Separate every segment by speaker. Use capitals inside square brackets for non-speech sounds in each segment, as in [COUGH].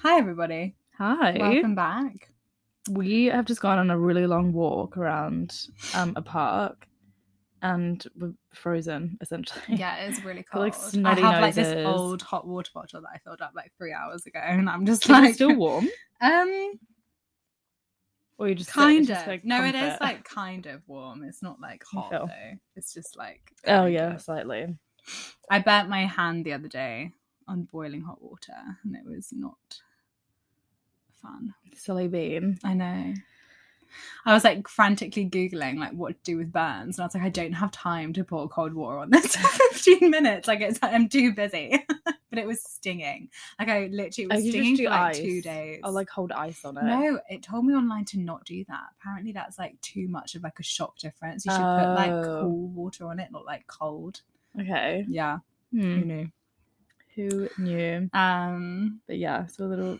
Speaker 1: Hi, everybody.
Speaker 2: Hi.
Speaker 1: Welcome
Speaker 2: [LAUGHS]
Speaker 1: back.
Speaker 2: We have just gone on a really long walk around um, a park and we're frozen essentially.
Speaker 1: Yeah,
Speaker 2: [LAUGHS]
Speaker 1: it's really
Speaker 2: We're
Speaker 1: cold.
Speaker 2: like
Speaker 1: I
Speaker 2: snotty
Speaker 1: have like
Speaker 2: noses.
Speaker 1: this old hot water bottle that I filled up like three hours ago, [LAUGHS] and I'm just
Speaker 2: Is it
Speaker 1: like,
Speaker 2: still warm?
Speaker 1: um,
Speaker 2: Or you just sit-
Speaker 1: kind
Speaker 2: it's
Speaker 1: of.
Speaker 2: just, like,
Speaker 1: no, it is
Speaker 2: comfort?
Speaker 1: like kind of warm. It's not like hot
Speaker 2: feel.
Speaker 1: though. It's just like.
Speaker 2: Oh
Speaker 1: kind
Speaker 2: yeah,
Speaker 1: of.
Speaker 2: slightly.
Speaker 1: I burnt my hand the other day on boiling hot water, and it was not fun.
Speaker 2: Silly bean.
Speaker 1: I know. I was like frantically googling like what to do with burns, and I was like, I don't have time to pour cold water on this for [LAUGHS] 15 minutes. Like it's I'm too busy. [LAUGHS] but it was stinging. Like I literally it
Speaker 2: Oh,
Speaker 1: was
Speaker 2: you just
Speaker 1: stinging
Speaker 2: do
Speaker 1: for like
Speaker 2: ice.
Speaker 1: two days.
Speaker 2: I'll like hold ice on it.
Speaker 1: no, it told me online to not do that. Apparently, that's like too much of like a shock difference. You should put like
Speaker 2: Oh.
Speaker 1: cool water on it, not like cold.
Speaker 2: Okay.
Speaker 1: Yeah,
Speaker 2: Hmm.
Speaker 1: who knew?
Speaker 2: Who knew?
Speaker 1: Um,
Speaker 2: But yeah, so little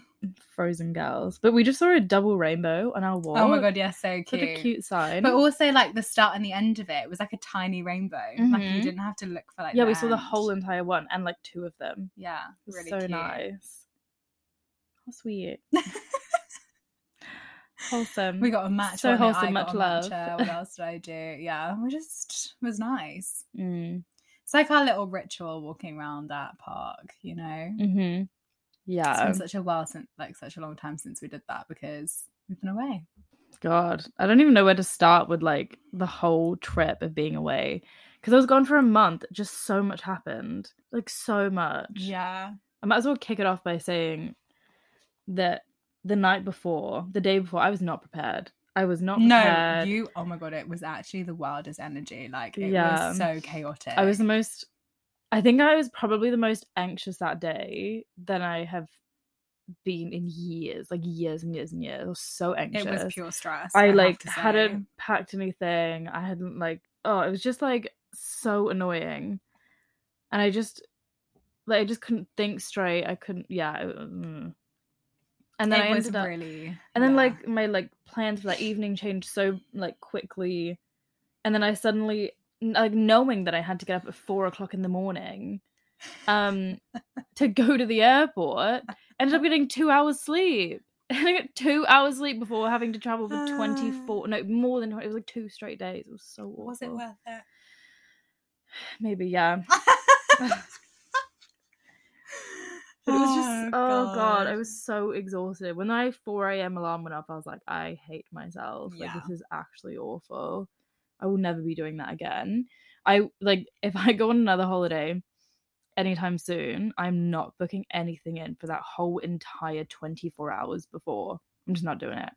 Speaker 2: frozen girls. But we just saw a double rainbow on our wall.
Speaker 1: oh my god, yeah, so
Speaker 2: Such a cute sign.
Speaker 1: But also, like the start and the end of it was like a tiny rainbow. Like you
Speaker 2: Mhm.
Speaker 1: didn't have to look for like.
Speaker 2: yeah, we saw the whole
Speaker 1: end.
Speaker 2: entire one and like two of them.
Speaker 1: Yeah,
Speaker 2: It was
Speaker 1: really
Speaker 2: so
Speaker 1: cute. [LAUGHS]
Speaker 2: nice. How sweet. Wholesome.
Speaker 1: We got a match.
Speaker 2: So
Speaker 1: on it,
Speaker 2: wholesome,
Speaker 1: I got
Speaker 2: much
Speaker 1: a
Speaker 2: love.
Speaker 1: matcher, What else did I do? Yeah, we just it was nice.
Speaker 2: Mm.
Speaker 1: It's like our little ritual walking around that park. You know,
Speaker 2: hmm
Speaker 1: it's
Speaker 2: Yeah.
Speaker 1: been such a while since, like, such a long time since we did that because we've been away.
Speaker 2: God, I don't even know where to start with like the whole trip of being away because I was gone for a month. Just so much happened, like so much.
Speaker 1: Yeah,
Speaker 2: I might as well kick it off by saying that the night before, the day before, I was not prepared. I was not
Speaker 1: no,
Speaker 2: prepared.
Speaker 1: you. Oh my god, it was actually the wildest energy. Like it
Speaker 2: Yeah.
Speaker 1: was so chaotic.
Speaker 2: I was the most. I think I was probably the most anxious that day than I have been in years, like years and years and years. I was so anxious.
Speaker 1: It was pure stress.
Speaker 2: I
Speaker 1: have
Speaker 2: like
Speaker 1: to say.
Speaker 2: hadn't packed anything. I hadn't like oh, it was just like so annoying, and I just like I just couldn't think straight. I couldn't, yeah. it- mm. And then
Speaker 1: it
Speaker 2: I
Speaker 1: was
Speaker 2: ended up,
Speaker 1: really,
Speaker 2: and then
Speaker 1: yeah.
Speaker 2: like my like plans for that evening changed so like quickly, and then I suddenly n- like knowing that I had to get up at four o'clock in the morning,
Speaker 1: [LAUGHS]
Speaker 2: um, to go to the airport, ended up getting two hours sleep. [LAUGHS] And I got two hours sleep before having to travel for twenty four, no more than 20, it was like two straight days. It was so awful.
Speaker 1: Uh. was it worth it? [LAUGHS]
Speaker 2: Maybe yeah. But [LAUGHS] it was just oh god. I was so exhausted. When my 4 a.m. alarm went off, I was like, I hate myself.
Speaker 1: Yeah.
Speaker 2: Like this is actually awful. I will never be doing that again. I like [LAUGHS] if I go on another holiday anytime soon, I'm not booking anything in for that whole entire 24 hours before. I'm just not doing it.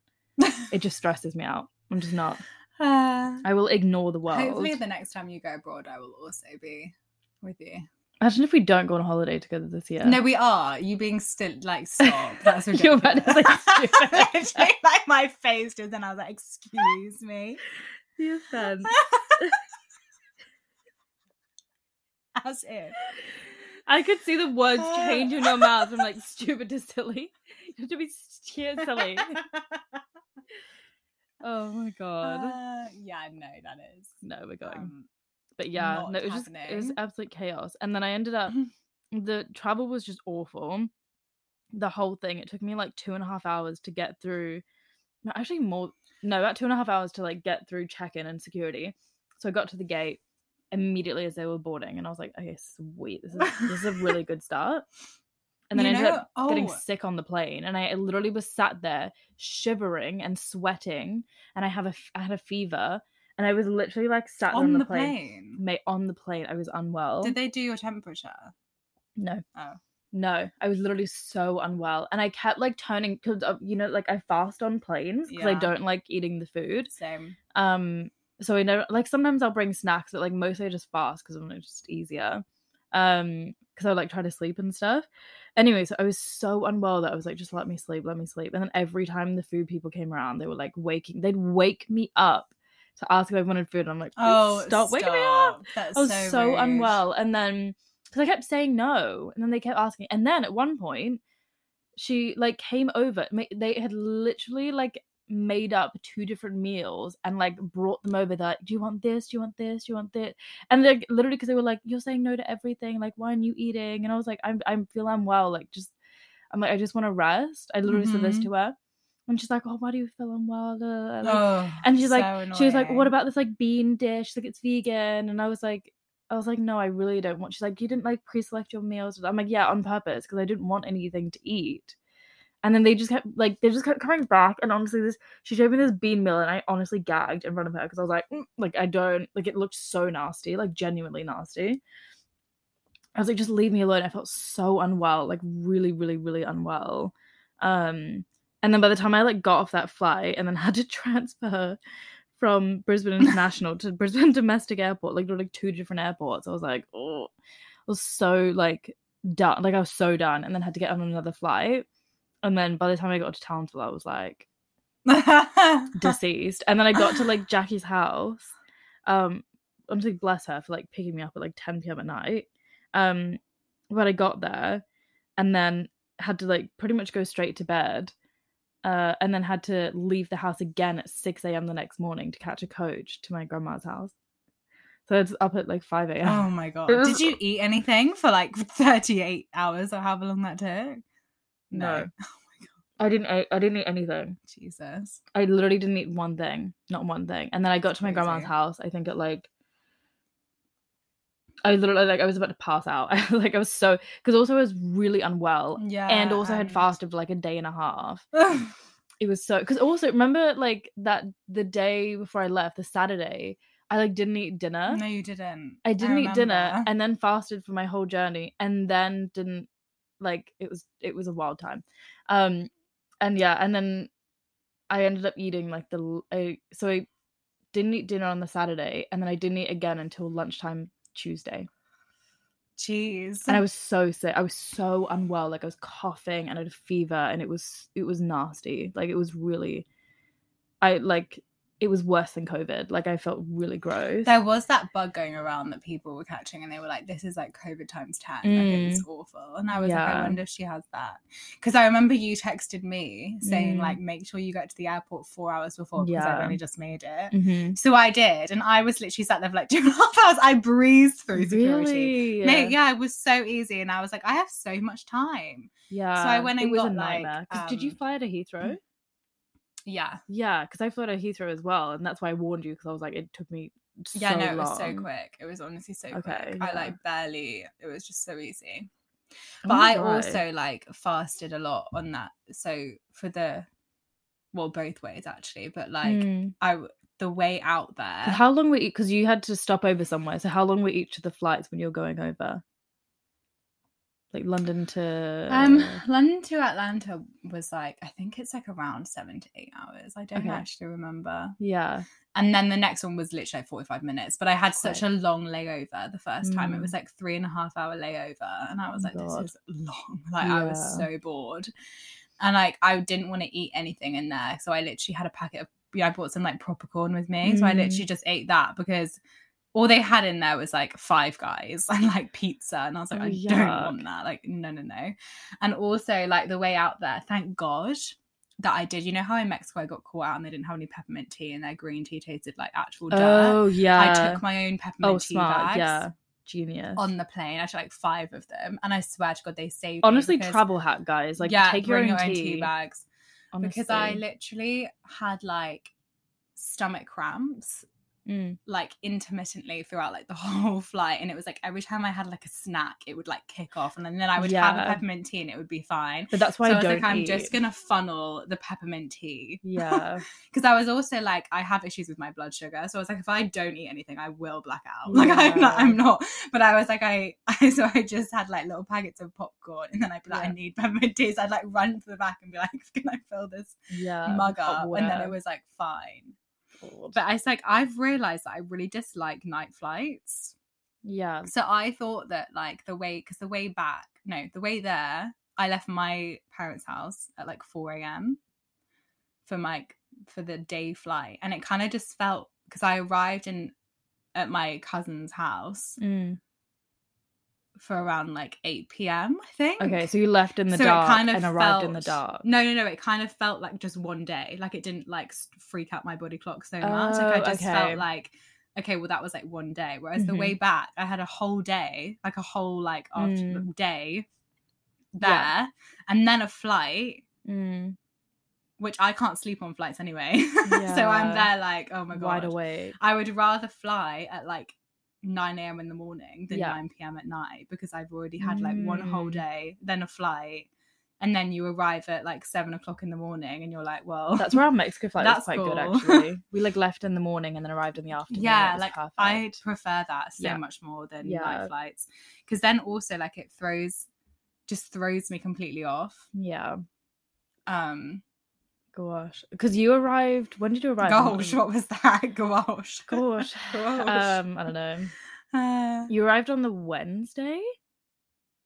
Speaker 2: It
Speaker 1: [LAUGHS]
Speaker 2: just stresses me out. I'm just not.
Speaker 1: Uh,
Speaker 2: I will ignore the
Speaker 1: [SIGHS]
Speaker 2: world.
Speaker 1: hopefully, the next time you go abroad, I will also be with you.
Speaker 2: Imagine if we don't go on holiday together this year.
Speaker 1: No, we are. You being still like
Speaker 2: [LAUGHS]
Speaker 1: stop. That's
Speaker 2: You're
Speaker 1: ridiculous.
Speaker 2: about to say stupid.
Speaker 1: [LAUGHS] Literally, like my face did, and I was like, "Excuse me."
Speaker 2: the offense.
Speaker 1: As if.
Speaker 2: I could see the words
Speaker 1: Uh.
Speaker 2: change in your mouth from like stupid to silly. You have to be scared
Speaker 1: [LAUGHS]
Speaker 2: silly. Oh my god.
Speaker 1: Uh, yeah, no, that is.
Speaker 2: No, we're going.
Speaker 1: um,
Speaker 2: but yeah,
Speaker 1: not
Speaker 2: no, it was just it was
Speaker 1: happening. Mm-hmm.
Speaker 2: absolute chaos. And then I ended up the travel was just awful. The whole thing. It took me like two and a half hours to get through no, actually more no, about two and a half hours to like get through check-in and security. So I got to the gate immediately as they were boarding and I was like, okay, sweet. This is this is a really good start. And then
Speaker 1: you
Speaker 2: I ended
Speaker 1: know,
Speaker 2: up getting
Speaker 1: oh,
Speaker 2: sick on the plane and i literally was sat there shivering and sweating and i have a f- i had a fever and i was literally like sat there
Speaker 1: on the
Speaker 2: plane,
Speaker 1: plane.
Speaker 2: Mate, on the plane i was unwell
Speaker 1: Did they do your temperature?
Speaker 2: no
Speaker 1: Oh.
Speaker 2: no i was literally so unwell and i kept like turning because you know like i fast on planes because i
Speaker 1: Yeah.
Speaker 2: don't like eating the food
Speaker 1: Same.
Speaker 2: um so i know like sometimes i'll bring snacks but like mostly i just fast because i'm like, just easier um because i like try to sleep and stuff anyway so i was so unwell that i was like just let me sleep let me sleep and then every time the food people came around they were like waking they'd wake me up to ask if i wanted food and i'm like oh
Speaker 1: Oh,
Speaker 2: stop, waking me up
Speaker 1: stop. That's
Speaker 2: i was
Speaker 1: so,
Speaker 2: so,
Speaker 1: rude.
Speaker 2: unwell and then because i kept saying no and then they kept asking and then at one point she like came over ma- they had literally like made up two different meals and like brought them over They're like do you want this do you want this do you want this and like literally because they were like you're saying no to everything like why aren't you eating and i was like i'm i feel i'm well like just i I'm like, I just want to rest. I literally said this
Speaker 1: Mhm.
Speaker 2: to her. And she's like, Oh, why do you feel unwell? Da, da, da, da."
Speaker 1: Oh,
Speaker 2: and she's like,
Speaker 1: so
Speaker 2: she was like, What
Speaker 1: annoying.
Speaker 2: about this like bean dish? Like it's vegan. And I was like, I was like, No, I really don't want. She's like, You didn't like pre-select your meals. I'm like, Yeah, on purpose, because I didn't want anything to eat. And then they just kept like they just kept coming back. And honestly, this she showed me this bean meal, and I honestly gagged in front of her because I was like, "Mm," like I don't like it looked so nasty, like genuinely nasty. I was like, just leave me alone. I felt so unwell, like really, really, really unwell. Um, and then by the time I like got off that flight and then [LAUGHS] had to transfer from Brisbane International to [LAUGHS] Brisbane Domestic Airport, like there were like two different airports. I was like, oh, I was so like done. Like I was so done, and then had to get on another flight. And then by the time I got to Townsville, I was like
Speaker 1: [LAUGHS]
Speaker 2: [LAUGHS] deceased. And then I got to like Jackie's house. Um, honestly, bless her for like picking me up at like 10 p.m. at night. Um, but I got there and then had to like pretty much go straight to bed. Uh, and then had to leave the house again at 6 a.m. the next morning to catch a coach to my grandma's house. So it's up at like 5 a.m.
Speaker 1: oh my god!
Speaker 2: It was-
Speaker 1: Did you eat anything for like 38 hours or however long that took?
Speaker 2: No. I didn't eat, I didn't eat anything.
Speaker 1: [LAUGHS] Jesus.
Speaker 2: I literally didn't eat one thing, not one thing. And then I got
Speaker 1: That's
Speaker 2: to my grandma's
Speaker 1: crazy.
Speaker 2: house. I think at like, I literally like I was about to pass out. [LAUGHS] I was like I was so because also I was really unwell,
Speaker 1: Yeah.
Speaker 2: and also had
Speaker 1: and-
Speaker 2: fasted for like a day and a half.
Speaker 1: [LAUGHS] Ugh.
Speaker 2: It was so because also remember like that the day before I left, the Saturday, I like didn't eat dinner.
Speaker 1: No, you didn't.
Speaker 2: I didn't eat dinner
Speaker 1: remember.
Speaker 2: and then fasted for my whole journey and then didn't like it was it was a wild time. Um and yeah, and then I ended up eating like the l- I so I didn't eat dinner on the Saturday and then I didn't eat again until lunchtime Tuesday.
Speaker 1: Jeez.
Speaker 2: And I was so sick. I was so unwell. Like I was coughing and I had a fever and it was it was nasty. Like it was really I like it was worse than COVID. Like I felt really gross.
Speaker 1: there was that bug going around that people were catching, and they were like, "This is like COVID times ten. Like, it was awful." And I was like, "I
Speaker 2: Mm. Yeah.
Speaker 1: wonder if she has that." Because I remember you texted me saying,
Speaker 2: Mm.
Speaker 1: "Like, make sure you get to the airport four hours before because I've
Speaker 2: Yeah.
Speaker 1: only just made it."
Speaker 2: Mhm.
Speaker 1: So I did, and I was literally sat there for like [LAUGHS] two and a half hours. I breezed through security.
Speaker 2: Really?
Speaker 1: No, yeah, it was so easy, and I was like, "I have so much time."
Speaker 2: Yeah.
Speaker 1: went
Speaker 2: it
Speaker 1: and
Speaker 2: was a
Speaker 1: got, like,
Speaker 2: nightmare. 'Cause did you
Speaker 1: um,
Speaker 2: fly to Heathrow?
Speaker 1: Yeah,
Speaker 2: Yeah, because I flew to Heathrow as well, and that's why I warned you because I was like, it took me. So
Speaker 1: yeah, no, it was so
Speaker 2: long.
Speaker 1: quick. It was honestly so
Speaker 2: Okay,
Speaker 1: quick. I
Speaker 2: yeah.
Speaker 1: like barely. It was just so easy.
Speaker 2: Oh
Speaker 1: but
Speaker 2: my
Speaker 1: I
Speaker 2: God.
Speaker 1: also like fasted a lot on that. So for the well, both ways actually, but like
Speaker 2: Mm.
Speaker 1: I w- the way out there.
Speaker 2: How long were you? Because you had to stop over somewhere. So how long were each of the flights when you're going over? Like London to.
Speaker 1: um, [SIGHS] London to Atlanta was like I think it's like around seven to eight hours. I don't
Speaker 2: Okay.
Speaker 1: actually remember.
Speaker 2: Yeah.
Speaker 1: And then the next one was literally like forty five minutes. But I had such a long layover the first time. It
Speaker 2: Mm.
Speaker 1: was like three and a half hour layover, and I was
Speaker 2: my
Speaker 1: like,
Speaker 2: God.
Speaker 1: this is long. Like I was
Speaker 2: Yeah.
Speaker 1: so bored, and like I didn't want to eat anything in there, so I literally had a packet of. Yeah, I bought some like proper corn with me, so I
Speaker 2: Mm.
Speaker 1: literally just ate that because all they had in there was like Five Guys [LAUGHS] and like pizza, and I was like,
Speaker 2: Oh,
Speaker 1: I don't want that. Like, no, no, no. And also, like the way out there, thank God that I did. You know how in Mexico I got caught out and they didn't have any peppermint tea and their green tea tasted like actual dirt.
Speaker 2: Oh yeah.
Speaker 1: I took my own peppermint
Speaker 2: oh
Speaker 1: tea
Speaker 2: smart.
Speaker 1: bags
Speaker 2: Yeah. Genius.
Speaker 1: on the plane. I took like five of them, and I swear to God, they saved. me
Speaker 2: Honestly,
Speaker 1: because-
Speaker 2: travel hack, guys. Like,
Speaker 1: yeah,
Speaker 2: take your own,
Speaker 1: bring
Speaker 2: tea.
Speaker 1: bags because I
Speaker 2: honestly.
Speaker 1: literally had like stomach cramps
Speaker 2: Mm.
Speaker 1: like intermittently throughout like the [LAUGHS] whole flight and it was like every time i had like a snack it would like kick off and then, then i would have a
Speaker 2: Yeah.
Speaker 1: peppermint tea and it would be fine
Speaker 2: But that's why
Speaker 1: so
Speaker 2: I
Speaker 1: was
Speaker 2: don't
Speaker 1: like i'm
Speaker 2: eat.
Speaker 1: just gonna funnel the peppermint tea
Speaker 2: Yeah.
Speaker 1: because i was also like i have issues with my blood sugar so i was like if i don't eat anything i will black out [LAUGHS] like i'm not
Speaker 2: Yeah.
Speaker 1: i'm not but i was like i, I [LAUGHS] so i just had like little packets of popcorn and then i'd be like i
Speaker 2: Yeah.
Speaker 1: need peppermint tea so i'd like run to the back and be like [LAUGHS] can i fill this
Speaker 2: yeah.
Speaker 1: mug
Speaker 2: hot
Speaker 1: up and then
Speaker 2: water.
Speaker 1: it was like fine
Speaker 2: God.
Speaker 1: but I was like, I've realized that I really dislike night flights.
Speaker 2: yeah.
Speaker 1: So I thought that like the way, because the way back, no, the way there, I left my parents' house at like 4 a.m. for my for the day flight, and it kind of just felt because I arrived in at my cousin's house
Speaker 2: Mm.
Speaker 1: for around like 8 p.m. I think.
Speaker 2: Okay, so you left in the
Speaker 1: So it
Speaker 2: dark
Speaker 1: kind of
Speaker 2: and arrived in the
Speaker 1: felt-
Speaker 2: dark.
Speaker 1: No, no, no. It kind of felt like just one day. Like it didn't like s- freak out my body clock so much. Like I
Speaker 2: Oh,
Speaker 1: just
Speaker 2: okay. Mm-hmm.
Speaker 1: felt like, okay, well that was like one day. Whereas the way back, I had a whole day, like a whole like after
Speaker 2: Mm.
Speaker 1: day there
Speaker 2: Yeah.
Speaker 1: and then a flight,
Speaker 2: Mm,
Speaker 1: which I can't sleep on flights anyway. [LAUGHS] so I'm
Speaker 2: Yeah.
Speaker 1: there like, oh my god.
Speaker 2: wide
Speaker 1: [LAUGHS]
Speaker 2: awake.
Speaker 1: I would rather fly at like 9 a.m. in the morning than
Speaker 2: Yeah.
Speaker 1: 9 p.m. at night because I've already had like one whole
Speaker 2: Mm.
Speaker 1: day, then a flight, and then you arrive at like seven o'clock in the morning and you're like, well,
Speaker 2: That's
Speaker 1: [LAUGHS]
Speaker 2: where our Mexico flight
Speaker 1: That's
Speaker 2: was quite good
Speaker 1: cool.
Speaker 2: actually. We like left in the morning and then arrived in the afternoon. It
Speaker 1: yeah,
Speaker 2: was
Speaker 1: like
Speaker 2: perfect.
Speaker 1: I'd prefer that so
Speaker 2: Yeah.
Speaker 1: much more than
Speaker 2: Yeah.
Speaker 1: night flights because then also like it throws just throws me completely off.
Speaker 2: yeah,
Speaker 1: Um,
Speaker 2: gosh, because you arrived. When did you arrive? on
Speaker 1: gosh,
Speaker 2: the-
Speaker 1: what was [LAUGHS] that? Gosh,
Speaker 2: Gosh,
Speaker 1: [LAUGHS] Gosh.
Speaker 2: um, I don't know.
Speaker 1: Uh,
Speaker 2: You arrived on the Wednesday.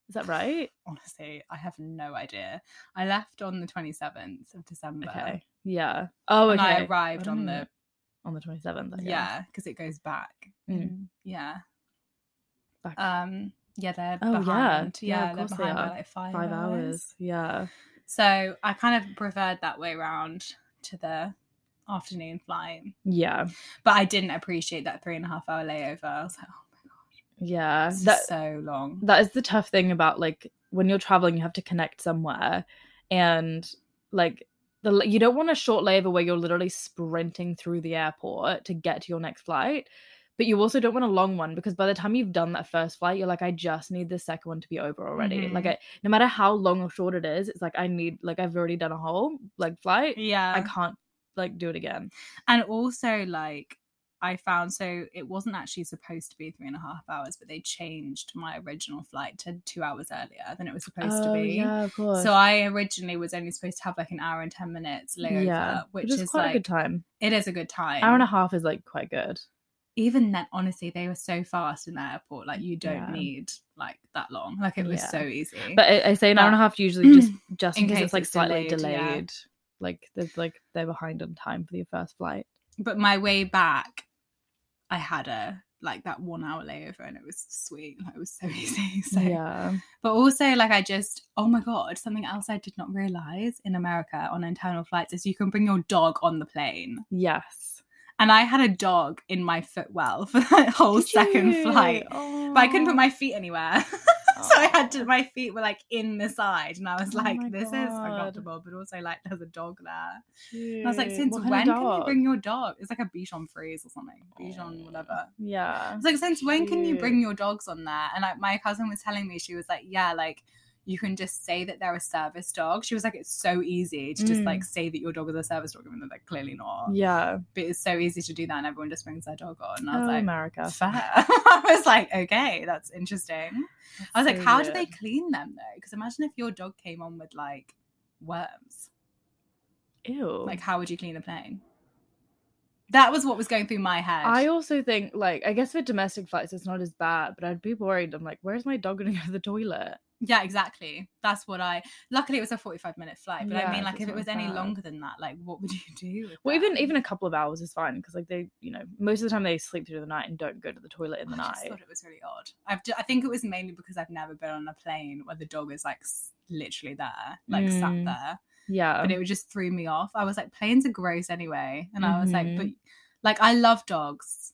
Speaker 2: Is that right?
Speaker 1: honestly, I have no idea. I left on the 27th of December.
Speaker 2: Okay. Yeah. Oh,
Speaker 1: And
Speaker 2: okay.
Speaker 1: I arrived on
Speaker 2: Mm.
Speaker 1: the
Speaker 2: on the twenty seventh.
Speaker 1: yeah because it goes back
Speaker 2: Mm.
Speaker 1: in- yeah
Speaker 2: Back
Speaker 1: um yeah they're
Speaker 2: Oh, yeah.
Speaker 1: behind
Speaker 2: Yeah,
Speaker 1: yeah,
Speaker 2: of
Speaker 1: they're
Speaker 2: course they
Speaker 1: behind by
Speaker 2: are.
Speaker 1: like five,
Speaker 2: five hours. Yeah.
Speaker 1: so i kind of preferred that way round to the afternoon flight
Speaker 2: Yeah.
Speaker 1: but i didn't appreciate that three and a half hour layover i was like oh,
Speaker 2: Yeah.
Speaker 1: this is
Speaker 2: Uh, That
Speaker 1: so long
Speaker 2: that is the tough thing about like when you're traveling, you have to connect somewhere, and like the la- you don't want a short layover where you're literally sprinting through the airport to get to your next flight. But you also don't want a long one because by the time you've done that first flight, you're like, I just need the second one to be over already. Like,
Speaker 1: Mhm.
Speaker 2: I, no matter how long or short it is, it's like I need, like, I've already done a whole like flight.
Speaker 1: yeah
Speaker 2: I can't like do it again.
Speaker 1: and also like I found so it wasn't actually supposed to be three and a half hours, but they changed my original flight to two hours earlier than it was supposed
Speaker 2: Oh,
Speaker 1: to be.
Speaker 2: Yeah, of course.
Speaker 1: So I originally was only supposed to have like an hour and ten minutes layover, which, is,
Speaker 2: quite
Speaker 1: like
Speaker 2: a good time.
Speaker 1: it is a good time.
Speaker 2: Hour and a half is like quite good.
Speaker 1: Even then, honestly, they were so fast in the airport. Like you don't
Speaker 2: Yeah.
Speaker 1: need like that long. Like it was
Speaker 2: Yeah.
Speaker 1: so easy.
Speaker 2: But I, I say an hour and a
Speaker 1: But-
Speaker 2: half usually
Speaker 1: [CLEARS THROAT]
Speaker 2: just just
Speaker 1: In
Speaker 2: in, case
Speaker 1: case
Speaker 2: it's like
Speaker 1: it's
Speaker 2: slightly
Speaker 1: delayed,
Speaker 2: delayed.
Speaker 1: yeah.
Speaker 2: Like there's like they're behind on time for your first flight.
Speaker 1: but my way back, I had a like that one hour layover, and it was sweet. Like, it was so [LAUGHS] easy. So,
Speaker 2: yeah.
Speaker 1: but also like I just oh my god, something else I did not realize in America on internal flights is you can bring your dog on the plane.
Speaker 2: Yes.
Speaker 1: And I had a dog in my footwell for that whole
Speaker 2: Did
Speaker 1: second
Speaker 2: you?
Speaker 1: flight. but I couldn't put
Speaker 2: Aw.
Speaker 1: my feet anywhere. [LAUGHS] so I had
Speaker 2: Aw.
Speaker 1: to, my feet were like in the side. And I was
Speaker 2: Oh
Speaker 1: like,
Speaker 2: my
Speaker 1: this is
Speaker 2: God.
Speaker 1: uncomfortable, but also like there's a dog there. And I was like,
Speaker 2: Cute.
Speaker 1: since
Speaker 2: What
Speaker 1: when
Speaker 2: kind of
Speaker 1: can you
Speaker 2: dog?
Speaker 1: bring your dog? It's like a Bichon Frise or something. Bichon,
Speaker 2: Aw.
Speaker 1: whatever. I
Speaker 2: Yeah.
Speaker 1: was like, since when can you bring
Speaker 2: Cute.
Speaker 1: your dogs on there? And like my cousin was telling me, she was like, yeah, like you can just say that they're a service dog. She was like, it's so easy to just
Speaker 2: Mm.
Speaker 1: like say that your dog is a service dog, even though they're clearly not
Speaker 2: Yeah.
Speaker 1: but it's so easy to do that and everyone just brings their dog on. And I
Speaker 2: Oh,
Speaker 1: was like,
Speaker 2: America.
Speaker 1: fair. [LAUGHS] I was like, okay, that's interesting. I was like,
Speaker 2: So
Speaker 1: how do they
Speaker 2: weird.
Speaker 1: clean them though? Because imagine if your dog came on with like worms.
Speaker 2: Ew.
Speaker 1: Like, how would you clean a plane? That was what was going through my head.
Speaker 2: I also think like I guess for domestic flights it's not as bad, but I'd be worried. I'm like, where's my dog gonna [LAUGHS] go to the toilet?
Speaker 1: yeah, exactly. That's what I. Luckily, it was a forty-five minute flight, but I
Speaker 2: Yeah,
Speaker 1: mean, like,
Speaker 2: that's
Speaker 1: if it
Speaker 2: not
Speaker 1: was any
Speaker 2: bad.
Speaker 1: longer than that, like, what would [LAUGHS] you do? with
Speaker 2: Well, even
Speaker 1: them?
Speaker 2: even a couple of hours is fine because like they, you know, most of the time they sleep through the night and don't go to the toilet in the
Speaker 1: I just
Speaker 2: night.
Speaker 1: thought it was really odd. I've ju- I think it was mainly because I've never been on a plane where the dog is like s- literally there, like sat
Speaker 2: Mm.
Speaker 1: there.
Speaker 2: Yeah,
Speaker 1: but it just threw me off. I was like, planes are gross anyway, and I was like,
Speaker 2: Mhm.
Speaker 1: but like I love dogs,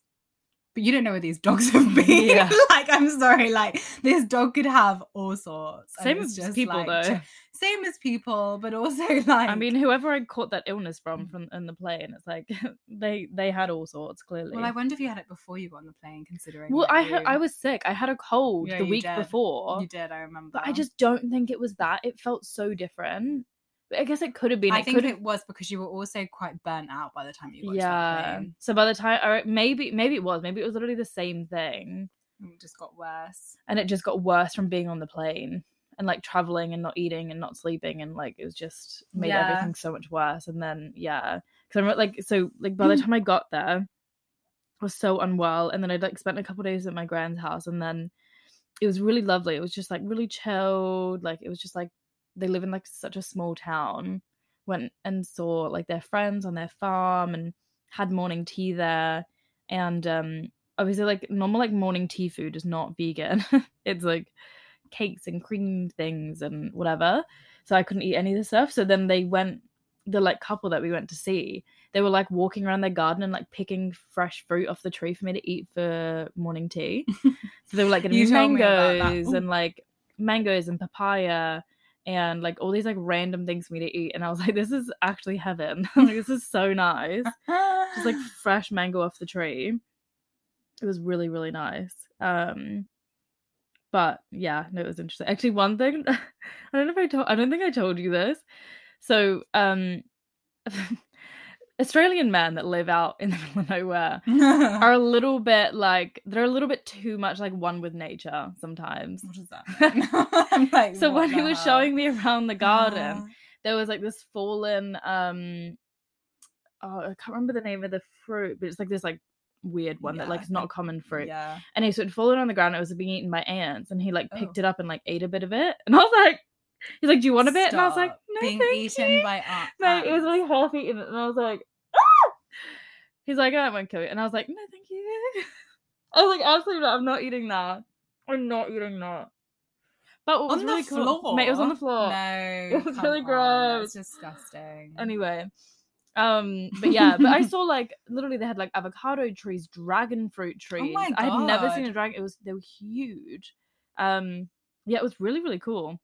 Speaker 1: but you don't know where these dogs have [LAUGHS] been.
Speaker 2: Yeah.
Speaker 1: like I'm sorry, like this dog could have all sorts. and
Speaker 2: same
Speaker 1: it's
Speaker 2: as
Speaker 1: just,
Speaker 2: people
Speaker 1: like,
Speaker 2: though.
Speaker 1: ju- [LAUGHS] same as people, but also [LAUGHS] like Mm. I
Speaker 2: I mean, whoever I caught that illness from from in the plane, it's like [LAUGHS] they they had all sorts clearly.
Speaker 1: well, I wonder if you had it before you got on the plane, considering.
Speaker 2: well,
Speaker 1: that
Speaker 2: I,
Speaker 1: you,
Speaker 2: had- I was sick. I had a cold
Speaker 1: Yeah,
Speaker 2: the
Speaker 1: you
Speaker 2: week
Speaker 1: did.
Speaker 2: before,
Speaker 1: You did, I remember.
Speaker 2: but I just don't think it was that. It felt so different. But I guess it could have been.
Speaker 1: I
Speaker 2: it
Speaker 1: think
Speaker 2: could
Speaker 1: it was because you were also quite burnt out by the time you got to that
Speaker 2: yeah.
Speaker 1: plane.
Speaker 2: So by the time, or maybe maybe it was. Maybe it was literally the same thing.
Speaker 1: And It just got worse.
Speaker 2: and it just got worse from being on the plane and like traveling and not eating and not sleeping and like it was just made
Speaker 1: Yeah.
Speaker 2: everything so much worse and then yeah because i'm like so like by the time i got there i was so unwell and then i'd like spent a couple days at my grand's house and then it was really lovely it was just like really chilled like it was just like they live in like such a small town went and saw like their friends on their farm and had morning tea there and um obviously like normal like morning tea food is not vegan [LAUGHS] it's like cakes and cream things and whatever so i couldn't eat any of the stuff so then they went the like couple that we went to see they were like walking around their garden and like picking fresh fruit off the tree for me to eat for
Speaker 1: [LAUGHS]
Speaker 2: morning tea so they were like getting
Speaker 1: You told me about that.
Speaker 2: mangoes
Speaker 1: Ooh.
Speaker 2: and like mangoes and papaya and like all these like random things for me to eat. And I was like, this is actually heaven. [LAUGHS] like, this is so nice.
Speaker 1: [LAUGHS]
Speaker 2: Just like fresh mango off the tree. It was really, really nice. Um but yeah, no, it was interesting. Actually, one thing [LAUGHS] I don't know if I told I don't think I told you this. So um [LAUGHS] Australian men that live out in the [LAUGHS] middle of nowhere are a little bit like they're a little bit too much like one with nature sometimes.
Speaker 1: what
Speaker 2: [LAUGHS]
Speaker 1: does that mean? I'm like,
Speaker 2: so
Speaker 1: what
Speaker 2: when he
Speaker 1: the
Speaker 2: was
Speaker 1: hell?
Speaker 2: showing me
Speaker 1: [GASPS]
Speaker 2: around the garden,
Speaker 1: Uh,
Speaker 2: there was like this fallen um oh, I can't remember the name of the fruit, but it's like this like weird one that
Speaker 1: Yeah,
Speaker 2: like
Speaker 1: I
Speaker 2: is not a
Speaker 1: think-
Speaker 2: common fruit.
Speaker 1: Yeah.
Speaker 2: And he so it'd fallen on the ground, it was being eaten by ants, and he like picked
Speaker 1: Oh.
Speaker 2: it up and like ate a bit of it. [LAUGHS] And I was like he's like, Do you want a bit? And I was like,
Speaker 1: Stop
Speaker 2: No,
Speaker 1: being
Speaker 2: thank
Speaker 1: eaten
Speaker 2: you."
Speaker 1: by ant-
Speaker 2: [LAUGHS] Like, it was
Speaker 1: ants.
Speaker 2: like half eaten, and I was like, ah! He's like, I won't kill you. And I was like, No, thank you. [LAUGHS] I was like, absolutely not. I'm not eating that. I'm not eating that. But what was
Speaker 1: on
Speaker 2: really
Speaker 1: the
Speaker 2: cool,
Speaker 1: floor.
Speaker 2: mate, it was on the floor.
Speaker 1: No,
Speaker 2: [LAUGHS] It was
Speaker 1: come
Speaker 2: really
Speaker 1: on,
Speaker 2: gross.
Speaker 1: that's disgusting.
Speaker 2: anyway um but yeah but i saw like literally they had like avocado trees dragon
Speaker 1: [LAUGHS]
Speaker 2: fruit trees
Speaker 1: Oh my
Speaker 2: i had never seen
Speaker 1: God.
Speaker 2: a dragon it was they were huge um yeah it was really really cool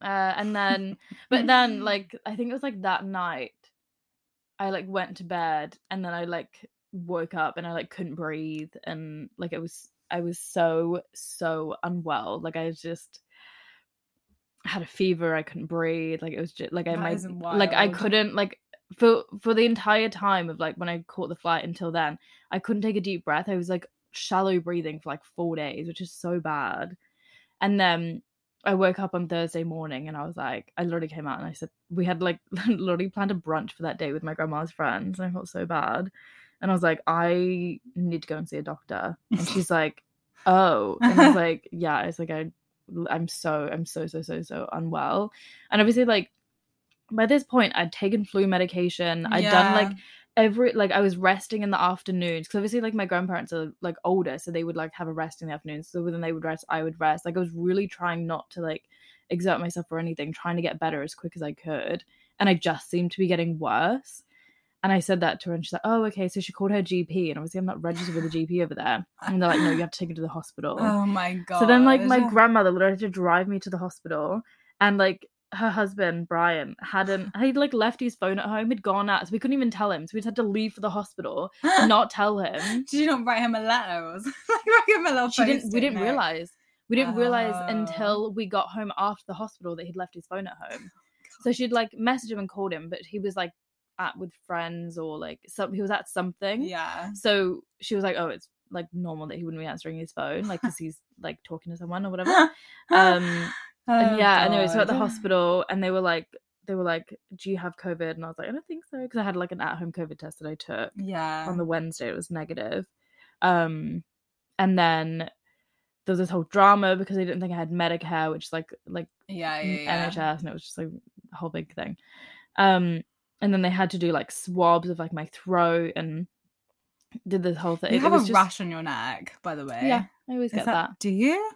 Speaker 2: uh and then but
Speaker 1: [LAUGHS]
Speaker 2: then like i think it was like that night i like went to bed and then i like woke up and i like couldn't breathe and like it was i was so so unwell like i just had a fever i couldn't breathe like it was just like i
Speaker 1: That
Speaker 2: my
Speaker 1: is
Speaker 2: like i
Speaker 1: wild.
Speaker 2: couldn't like for for the entire time of like when i caught the flight until then i couldn't take a deep breath i was like shallow breathing for like four days which is so bad and then i woke up on thursday morning and i was like i literally came out and i said we had like [LAUGHS] literally planned a brunch for that day with my grandma's friends and i felt so bad and i was like i need to go and see a doctor and she's like oh and i was like yeah it's like i i'm so i'm so so so so unwell and obviously like by this point i'd taken flu medication i'd done like every like I was resting in the afternoons because obviously like my grandparents are like older, so they would like have a rest in the afternoons. So when they would rest, I would rest. Like I was really trying not to like exert myself or anything, trying to get better as quick as I could, and I just seemed to be getting worse. And I said that to her, and she's like, "Oh, okay." So she called her GP, and obviously I'm not registered with a GP over there, and they're like, "No, you have to take her to the hospital."
Speaker 1: Oh my god.
Speaker 2: So then, like, my grandmother literally had to drive me to the hospital, and like her husband Brian
Speaker 1: [SIGHS]
Speaker 2: hadn't he'd like left his phone at home. He'd gone out, so we couldn't even tell him. So we just had to leave for
Speaker 1: [GASPS]
Speaker 2: the hospital, and not
Speaker 1: [LAUGHS]
Speaker 2: tell him.
Speaker 1: [LAUGHS] Did you not write him a letter [LAUGHS] or something? Like, write him a little
Speaker 2: She didn't. We
Speaker 1: post-it
Speaker 2: didn't
Speaker 1: note.
Speaker 2: realize. We didn't realize
Speaker 1: Oh.
Speaker 2: until we got home after the hospital that he'd left his phone at home. So she'd like message him and called him, but he was like at with friends or like some. He was at something.
Speaker 1: Yeah.
Speaker 2: So she was like, "Oh, it's like normal that he wouldn't be answering his phone, like because he's like talking to someone
Speaker 1: [LAUGHS]
Speaker 2: or whatever." [LAUGHS] Um,
Speaker 1: Oh,
Speaker 2: and yeah, anyway, so at the
Speaker 1: God.
Speaker 2: hospital, and they were like, they were like, "Do you have COVID?" And I was like, "I don't think so," because I had like an at-home COVID test that I took
Speaker 1: Yeah.
Speaker 2: on the Wednesday. It was negative, um, and then there was this whole drama because they didn't think I had Medicare, which is like like
Speaker 1: yeah, yeah,
Speaker 2: n-
Speaker 1: yeah.
Speaker 2: NHS, and it was just like a whole big thing. Um, and then they had to do like swabs of like my throat and did this whole thing.
Speaker 1: You
Speaker 2: It
Speaker 1: have a
Speaker 2: was just-
Speaker 1: rash on your neck, by the way.
Speaker 2: Yeah, I always
Speaker 1: Is
Speaker 2: get
Speaker 1: that,
Speaker 2: that.
Speaker 1: Do you?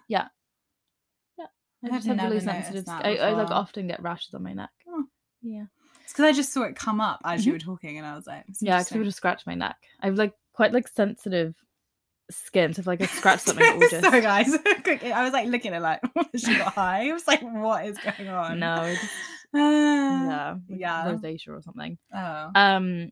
Speaker 2: I
Speaker 1: I've
Speaker 2: just have really
Speaker 1: never noticed
Speaker 2: sensitive.
Speaker 1: that
Speaker 2: I, I like
Speaker 1: before.
Speaker 2: often get rashes on my neck.
Speaker 1: Oh.
Speaker 2: Yeah,
Speaker 1: It's because I just saw it come up as you were talking, and I was like, it's
Speaker 2: Mm-hmm. yeah. I actually
Speaker 1: interesting.
Speaker 2: would have scratched my neck. I've like quite like sensitive skin. So if like
Speaker 1: [LAUGHS]
Speaker 2: I scratch something, it will just
Speaker 1: Sorry, guys. [LAUGHS] Quick, I was like looking at like, [LAUGHS] she got high. I was like, what is
Speaker 2: [LAUGHS]
Speaker 1: going on?
Speaker 2: no, it just-
Speaker 1: Uh,
Speaker 2: yeah,
Speaker 1: [SIGHS]
Speaker 2: like
Speaker 1: yeah.
Speaker 2: rosacea or something.
Speaker 1: Oh.
Speaker 2: Um,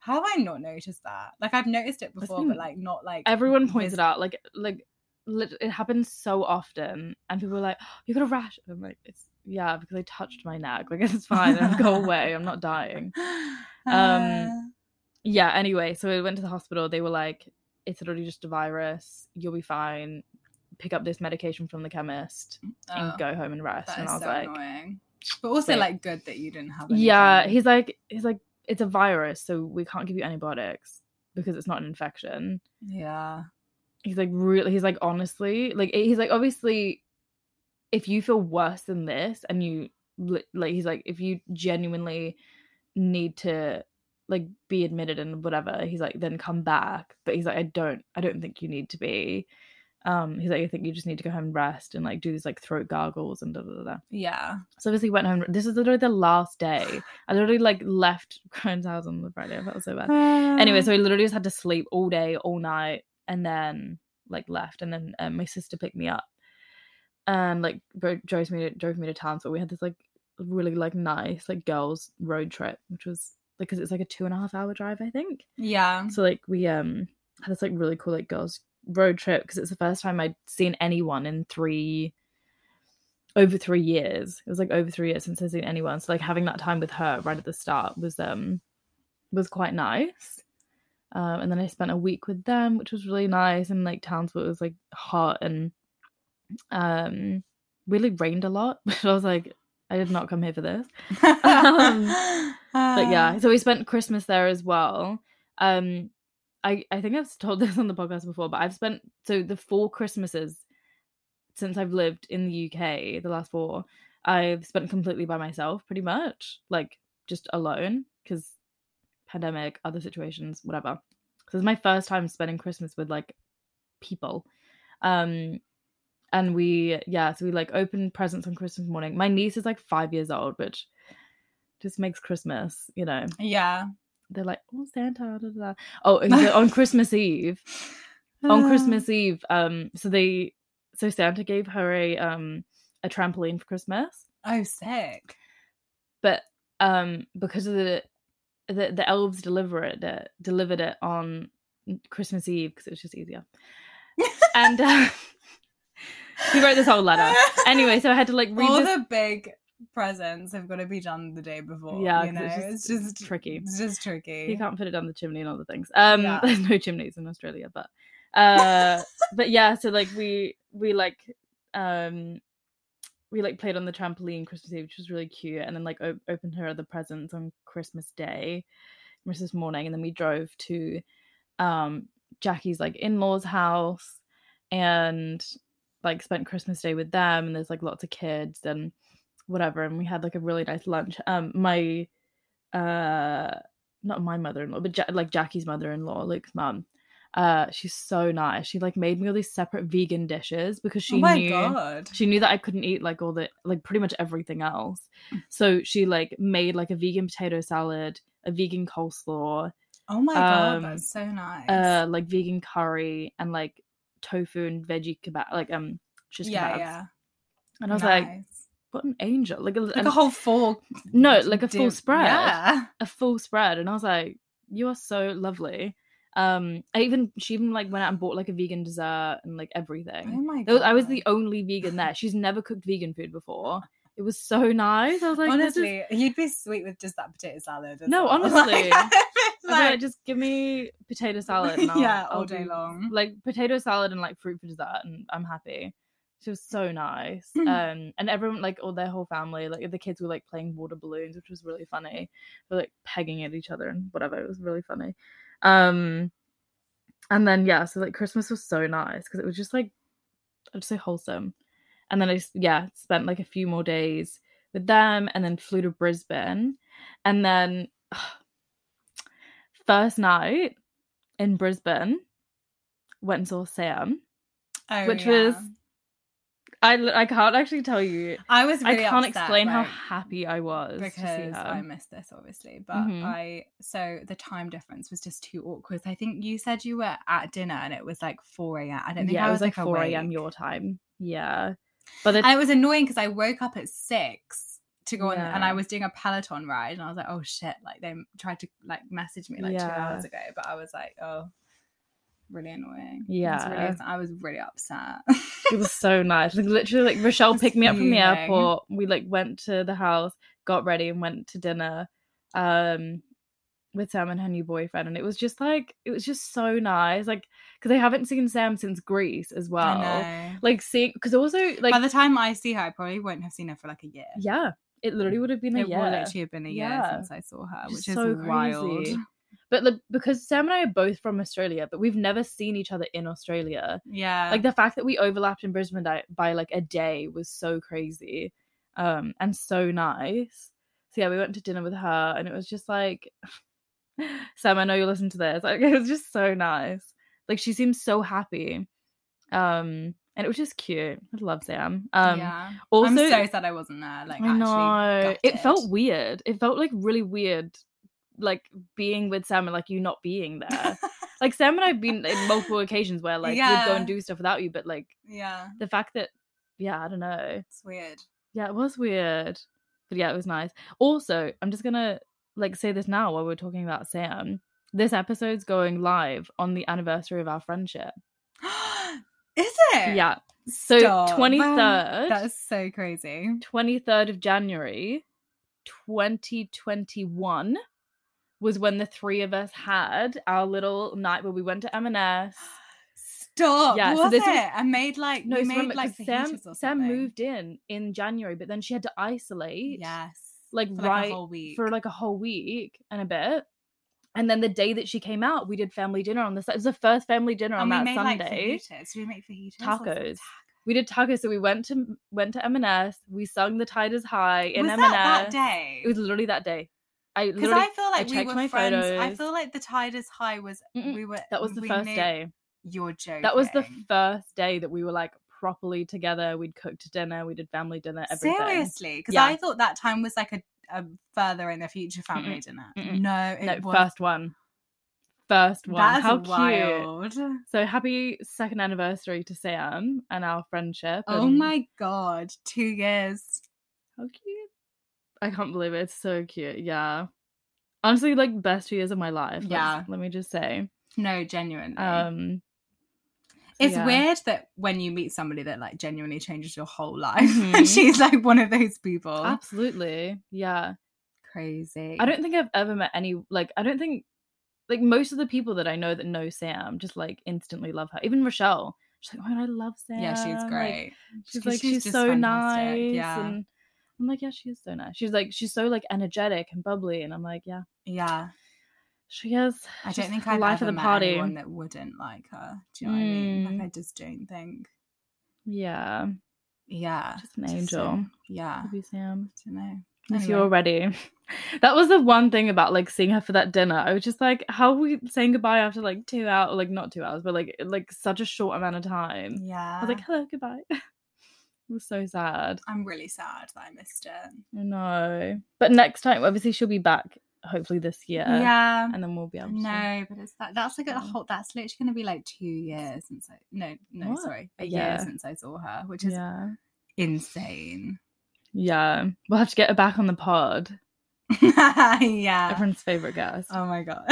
Speaker 1: How have I not noticed that? Like I've noticed it before,
Speaker 2: been-
Speaker 1: but like not like
Speaker 2: everyone points
Speaker 1: [GASPS]
Speaker 2: it
Speaker 1: vis-
Speaker 2: out. Like like lit- it happens so often, and people are like, oh, "You got a rash," and I'm like, "It's yeah," because I touched my neck. Like [LAUGHS] it's fine.
Speaker 1: [LAUGHS]
Speaker 2: It'll go away. I'm not dying.
Speaker 1: Oh,
Speaker 2: Um, yeah anyway so we went to the hospital they were like it's literally just a virus you'll be fine pick up this medication from the chemist
Speaker 1: Uh,
Speaker 2: and
Speaker 1: oh,
Speaker 2: go home and rest
Speaker 1: That
Speaker 2: and
Speaker 1: is
Speaker 2: i was
Speaker 1: so
Speaker 2: like
Speaker 1: annoying. But also
Speaker 2: wait.
Speaker 1: like good that you didn't have.
Speaker 2: yeah
Speaker 1: anything.
Speaker 2: he's like he's like it's a virus so we can't give you antibiotics because it's not an infection
Speaker 1: yeah.
Speaker 2: he's like really he's like honestly like he's like obviously if you feel worse than this and you li- like he's like if you genuinely need to like be admitted and whatever he's like then come back but he's like i don't i don't think you need to be um he's like i think you just need to go home and rest and like do these like throat gargles and da da da, da.
Speaker 1: Yeah.
Speaker 2: so obviously went home this is literally the last day i literally like left [LAUGHS] Crone's house on the friday i felt so bad anyway, so I literally just had to sleep all day, all night, and then like left, and then um, my sister picked me up, and like bro- drove me to, drove me to Townsville. We had this like really like nice like girls road trip, which was like because it's like a two and a half hour drive, I think.
Speaker 1: [SIGHS]
Speaker 2: [LAUGHS]
Speaker 1: Yeah.
Speaker 2: So like we um had this like really cool like girls road trip because it's the first time I'd seen anyone in three over three years. It was like over three years since I'd seen anyone. So like having that time with her right at the start was um was quite nice. Um, and then I spent a week with them, which was really nice. And like Townsville was like hot and um really rained a lot. [LAUGHS] Which I was like, I did not come here for this. Um,
Speaker 1: [LAUGHS]
Speaker 2: But yeah, so we spent Christmas there as well. Um, I I think I've told [LAUGHS] this on the podcast before, but I've spent so the four Christmases since I've lived in the UK, the last four, I've spent completely by myself, pretty much, like just alone, because pandemic, other situations, whatever. So it's my first time spending Christmas with like people. Um and we yeah, so we like opened presents on Christmas morning. My niece is like five years old, which just makes Christmas, you know.
Speaker 1: Yeah.
Speaker 2: They're like, oh Santa, da, da, da. Oh, and
Speaker 1: [LAUGHS]
Speaker 2: so on Christmas Eve on
Speaker 1: Uh,
Speaker 2: Christmas Eve, um, so they so Santa gave her a um a trampoline for Christmas,
Speaker 1: Oh, sick.
Speaker 2: but um because of the the, the elves delivered it delivered it on Christmas Eve because it was just easier, and uh, [LAUGHS] he
Speaker 1: [LAUGHS]
Speaker 2: wrote this whole letter anyway. So I had to like read
Speaker 1: all
Speaker 2: this.
Speaker 1: the big presents have got to be done the day before.
Speaker 2: yeah,
Speaker 1: you
Speaker 2: 'cause
Speaker 1: know, it's just
Speaker 2: tricky.
Speaker 1: It's just tricky. Oh
Speaker 2: You can't put it down the chimney and all the things. Um,
Speaker 1: Yeah.
Speaker 2: [LAUGHS] there's no chimneys in Australia, but uh, but yeah. So like we we like um we like played on the trampoline Christmas Eve, which was really cute, and then like op- opened her other presents on Christmas Day, Christmas morning, and then we drove to um Jackie's like in laws house and like spent Christmas Day with them, and there's like lots of kids and whatever, and we had like a really nice lunch. Um, my uh not my mother-in-law but ja- like jackie's mother-in-law luke's mum uh she's so nice she like made me all these separate vegan dishes because she
Speaker 1: oh my
Speaker 2: knew
Speaker 1: god.
Speaker 2: she knew that I couldn't eat like all the like pretty much everything else.
Speaker 1: Mm.
Speaker 2: So she like made like a vegan potato salad, a vegan coleslaw,
Speaker 1: Oh my god,
Speaker 2: um,
Speaker 1: that's so nice.
Speaker 2: uh like vegan curry and like tofu and veggie kebab like um shish
Speaker 1: yeah,
Speaker 2: kebabs.
Speaker 1: yeah.
Speaker 2: And I was like,
Speaker 1: Nice.
Speaker 2: what an angel. Like a,
Speaker 1: like
Speaker 2: an-
Speaker 1: a whole full
Speaker 2: No, like a full
Speaker 1: dim-
Speaker 2: spread.
Speaker 1: Yeah.
Speaker 2: a full spread and I was like, you are so lovely. Um I even she even like went out and bought like a vegan dessert and like
Speaker 1: Oh
Speaker 2: everything.
Speaker 1: my god.
Speaker 2: There was- I was the only vegan there. She's never cooked vegan food before. It was so
Speaker 1: [LAUGHS]
Speaker 2: nice. I was like, this is
Speaker 1: honestly, you'd be sweet with just that potato salad. as
Speaker 2: No,
Speaker 1: well. [LAUGHS]
Speaker 2: honestly.
Speaker 1: Like, it's
Speaker 2: I feel like,
Speaker 1: like-
Speaker 2: just give me potato salad. And
Speaker 1: [LAUGHS]
Speaker 2: I'll,
Speaker 1: yeah, all
Speaker 2: I'll
Speaker 1: day
Speaker 2: do-
Speaker 1: long.
Speaker 2: Like potato salad and like fruit for dessert, and I'm happy. She was so nice.
Speaker 1: Mm.
Speaker 2: Um, and everyone, like all their whole family, like the kids were like playing water balloons, which was really funny. They were like pegging at each other and whatever. It was really funny. Um, and then yeah, so like Christmas was so nice because it was just like I'd say wholesome. And then I s- yeah spent like a few more days with them, and then flew to Brisbane, and then [SIGHS] first night in Brisbane, went and saw Sam.
Speaker 1: Oh,
Speaker 2: which
Speaker 1: yeah.
Speaker 2: was- I li- I can't actually tell you.
Speaker 1: I was. Really
Speaker 2: I can't
Speaker 1: upset,
Speaker 2: explain how
Speaker 1: like,
Speaker 2: happy I was to see
Speaker 1: because
Speaker 2: her.
Speaker 1: I missed this obviously, but
Speaker 2: Mhm.
Speaker 1: I so the time difference was just too awkward. I think you said you were at dinner and it was like four a.m. I don't think
Speaker 2: yeah,
Speaker 1: I
Speaker 2: it
Speaker 1: was,
Speaker 2: was like, 4 a.m.
Speaker 1: awake.
Speaker 2: your time. Yeah, but the,
Speaker 1: And it was annoying because I woke up at six to go on, and
Speaker 2: Yeah.
Speaker 1: I was doing a Peloton ride, and I was like, oh shit! Like they tried to like message me like two
Speaker 2: Yeah.
Speaker 1: hours ago, but I was like, oh, really annoying. It's really,
Speaker 2: Yeah.
Speaker 1: upset- I was really upset. [LAUGHS]
Speaker 2: it was so nice. Like literally, like Rochelle
Speaker 1: Just
Speaker 2: picked me up from the
Speaker 1: fuming.
Speaker 2: airport. We like went to the house, got ready, and went to dinner. Um. With Sam and her new boyfriend, and it was just like it was just so nice, like because I haven't seen Sam since Greece as well.
Speaker 1: I know.
Speaker 2: Like seeing, because also like
Speaker 1: By the time I see her, I probably won't have seen her for like a year.
Speaker 2: Yeah, it literally would have been a
Speaker 1: It will
Speaker 2: year.
Speaker 1: literally have been a year
Speaker 2: Yeah.
Speaker 1: since I saw her,
Speaker 2: Which is
Speaker 1: which is
Speaker 2: so
Speaker 1: wild.
Speaker 2: crazy. But like, because Sam and I are both from Australia, but we've never seen each other in Australia.
Speaker 1: Yeah.
Speaker 2: Like the fact that we overlapped in Brisbane di- by like a day was so crazy, um, and so nice. So yeah, we went to dinner with her, and it was just like, [SIGHS] Sam, I know you listen to this. Like, [LAUGHS] it was just so nice. Like she seemed so happy, um, and it was just cute. I love Sam. Um,
Speaker 1: yeah.
Speaker 2: also,
Speaker 1: I'm so sad I wasn't there. Like,
Speaker 2: I know.
Speaker 1: actually
Speaker 2: It felt
Speaker 1: gutted.
Speaker 2: weird. It felt like really weird, like being with Sam and like you not being there. like Sam and I've been in multiple occasions where like we'd go
Speaker 1: Yeah.
Speaker 2: and do stuff without you, but like
Speaker 1: [LAUGHS] yeah.
Speaker 2: the fact that yeah, I don't know.
Speaker 1: It's weird. [GASPS]
Speaker 2: Yeah, it was weird. But yeah, it was nice. Also, I'm just gonna like say this now while we're talking about Sam. This episode's going live on the anniversary of our friendship.
Speaker 1: Is it?
Speaker 2: Yeah. So
Speaker 1: Stop.
Speaker 2: 23rd.
Speaker 1: That is so crazy.
Speaker 2: 23rd of January 2021 was when the three of us had our little night where we went to M&S.
Speaker 1: Stop.
Speaker 2: Yeah, so
Speaker 1: was
Speaker 2: this
Speaker 1: it?
Speaker 2: was-
Speaker 1: I made like [GASPS]
Speaker 2: No,
Speaker 1: we
Speaker 2: so
Speaker 1: made
Speaker 2: remember, 'cause
Speaker 1: like
Speaker 2: Sam,
Speaker 1: fajitas or
Speaker 2: Sam
Speaker 1: something.
Speaker 2: moved in in January, but then she had to isolate
Speaker 1: Yes.
Speaker 2: like,
Speaker 1: for
Speaker 2: right
Speaker 1: a whole week.
Speaker 2: for like a whole week and a bit. And then the day that she came out, we did family dinner on the It was the first family dinner
Speaker 1: and we
Speaker 2: on that
Speaker 1: made
Speaker 2: Sunday.
Speaker 1: like fajitas. Did we make fajitas? or something?
Speaker 2: Tacos. we did tacos, so we went to went to M&S. We sung "The Tide Is High" in
Speaker 1: was
Speaker 2: M&S.
Speaker 1: that that day?
Speaker 2: It was literally that day. I
Speaker 1: because
Speaker 2: literally
Speaker 1: I feel like we
Speaker 2: checked
Speaker 1: were
Speaker 2: my
Speaker 1: friends. I
Speaker 2: photos.
Speaker 1: feel like the tide is high was
Speaker 2: Mm-mm.
Speaker 1: we were
Speaker 2: that was the
Speaker 1: we
Speaker 2: first
Speaker 1: knew-
Speaker 2: day.
Speaker 1: You're joking.
Speaker 2: That was the first day that we were like properly together. We'd cooked dinner, we did family dinner, everything.
Speaker 1: seriously because
Speaker 2: Yeah.
Speaker 1: I thought that time was like a, a further in the future family dinner.
Speaker 2: Mm-mm.
Speaker 1: No,
Speaker 2: No,
Speaker 1: it was
Speaker 2: first one. First one.
Speaker 1: That's
Speaker 2: How cute.
Speaker 1: wild. Oh
Speaker 2: So happy second anniversary to Sam and our friendship.
Speaker 1: Oh
Speaker 2: and
Speaker 1: my god, two years.
Speaker 2: how cute. I can't believe it. It's so cute. Yeah. Honestly, like best two years of my life. let's-
Speaker 1: Yeah.
Speaker 2: Let me just say.
Speaker 1: No, genuinely.
Speaker 2: Um so
Speaker 1: it's
Speaker 2: yeah.
Speaker 1: weird that when you meet somebody that like genuinely changes your whole [LAUGHS] life, and
Speaker 2: Mhm.
Speaker 1: she's like one of those people.
Speaker 2: Absolutely. Yeah.
Speaker 1: Crazy.
Speaker 2: I don't think I've ever met any like I don't think like most of the people that I know that know Sam just like instantly love her. Even Rochelle, she's like, oh, and I love Sam.
Speaker 1: Yeah, she's
Speaker 2: Like,
Speaker 1: great.
Speaker 2: she's
Speaker 1: 'Cause
Speaker 2: like
Speaker 1: she's
Speaker 2: she's,
Speaker 1: just
Speaker 2: so
Speaker 1: fantastic,
Speaker 2: nice.
Speaker 1: yeah.
Speaker 2: And I'm like, yeah, she is so nice. She's like she's so like energetic and bubbly, and I'm like, yeah,
Speaker 1: yeah,
Speaker 2: she is.
Speaker 1: I
Speaker 2: She's
Speaker 1: don't think
Speaker 2: the
Speaker 1: I've
Speaker 2: life
Speaker 1: ever
Speaker 2: of the
Speaker 1: met
Speaker 2: party. Hmm.
Speaker 1: anyone that wouldn't like her. Do you know what I mean? Like, I just don't think.
Speaker 2: Yeah,
Speaker 1: Yeah,
Speaker 2: just an
Speaker 1: Just
Speaker 2: angel.
Speaker 1: don't- yeah,
Speaker 2: Love you, Sam.
Speaker 1: I don't know.
Speaker 2: Miss you
Speaker 1: Anyway.
Speaker 2: already. [LAUGHS] That was the one thing about like seeing her for that dinner. I was just like, how are we saying goodbye after like two hours, like not two hours, but like like such a short amount of time.
Speaker 1: Yeah,
Speaker 2: I was like, hello, goodbye. [LAUGHS] it was so sad.
Speaker 1: I'm really sad that I missed it.
Speaker 2: I know. But next time, obviously, she'll be back hopefully this year.
Speaker 1: yeah.
Speaker 2: And then we'll be able to.
Speaker 1: No, but it's that. That's like a
Speaker 2: Yeah.
Speaker 1: whole. That's literally going to be like two years since I. No, no,
Speaker 2: What?
Speaker 1: sorry, a year
Speaker 2: Yeah.
Speaker 1: since I saw her, which is
Speaker 2: Yeah.
Speaker 1: insane. [LAUGHS]
Speaker 2: Yeah. We'll have to get her back on the pod.
Speaker 1: yeah.
Speaker 2: Everyone's favorite guest.
Speaker 1: Oh my god.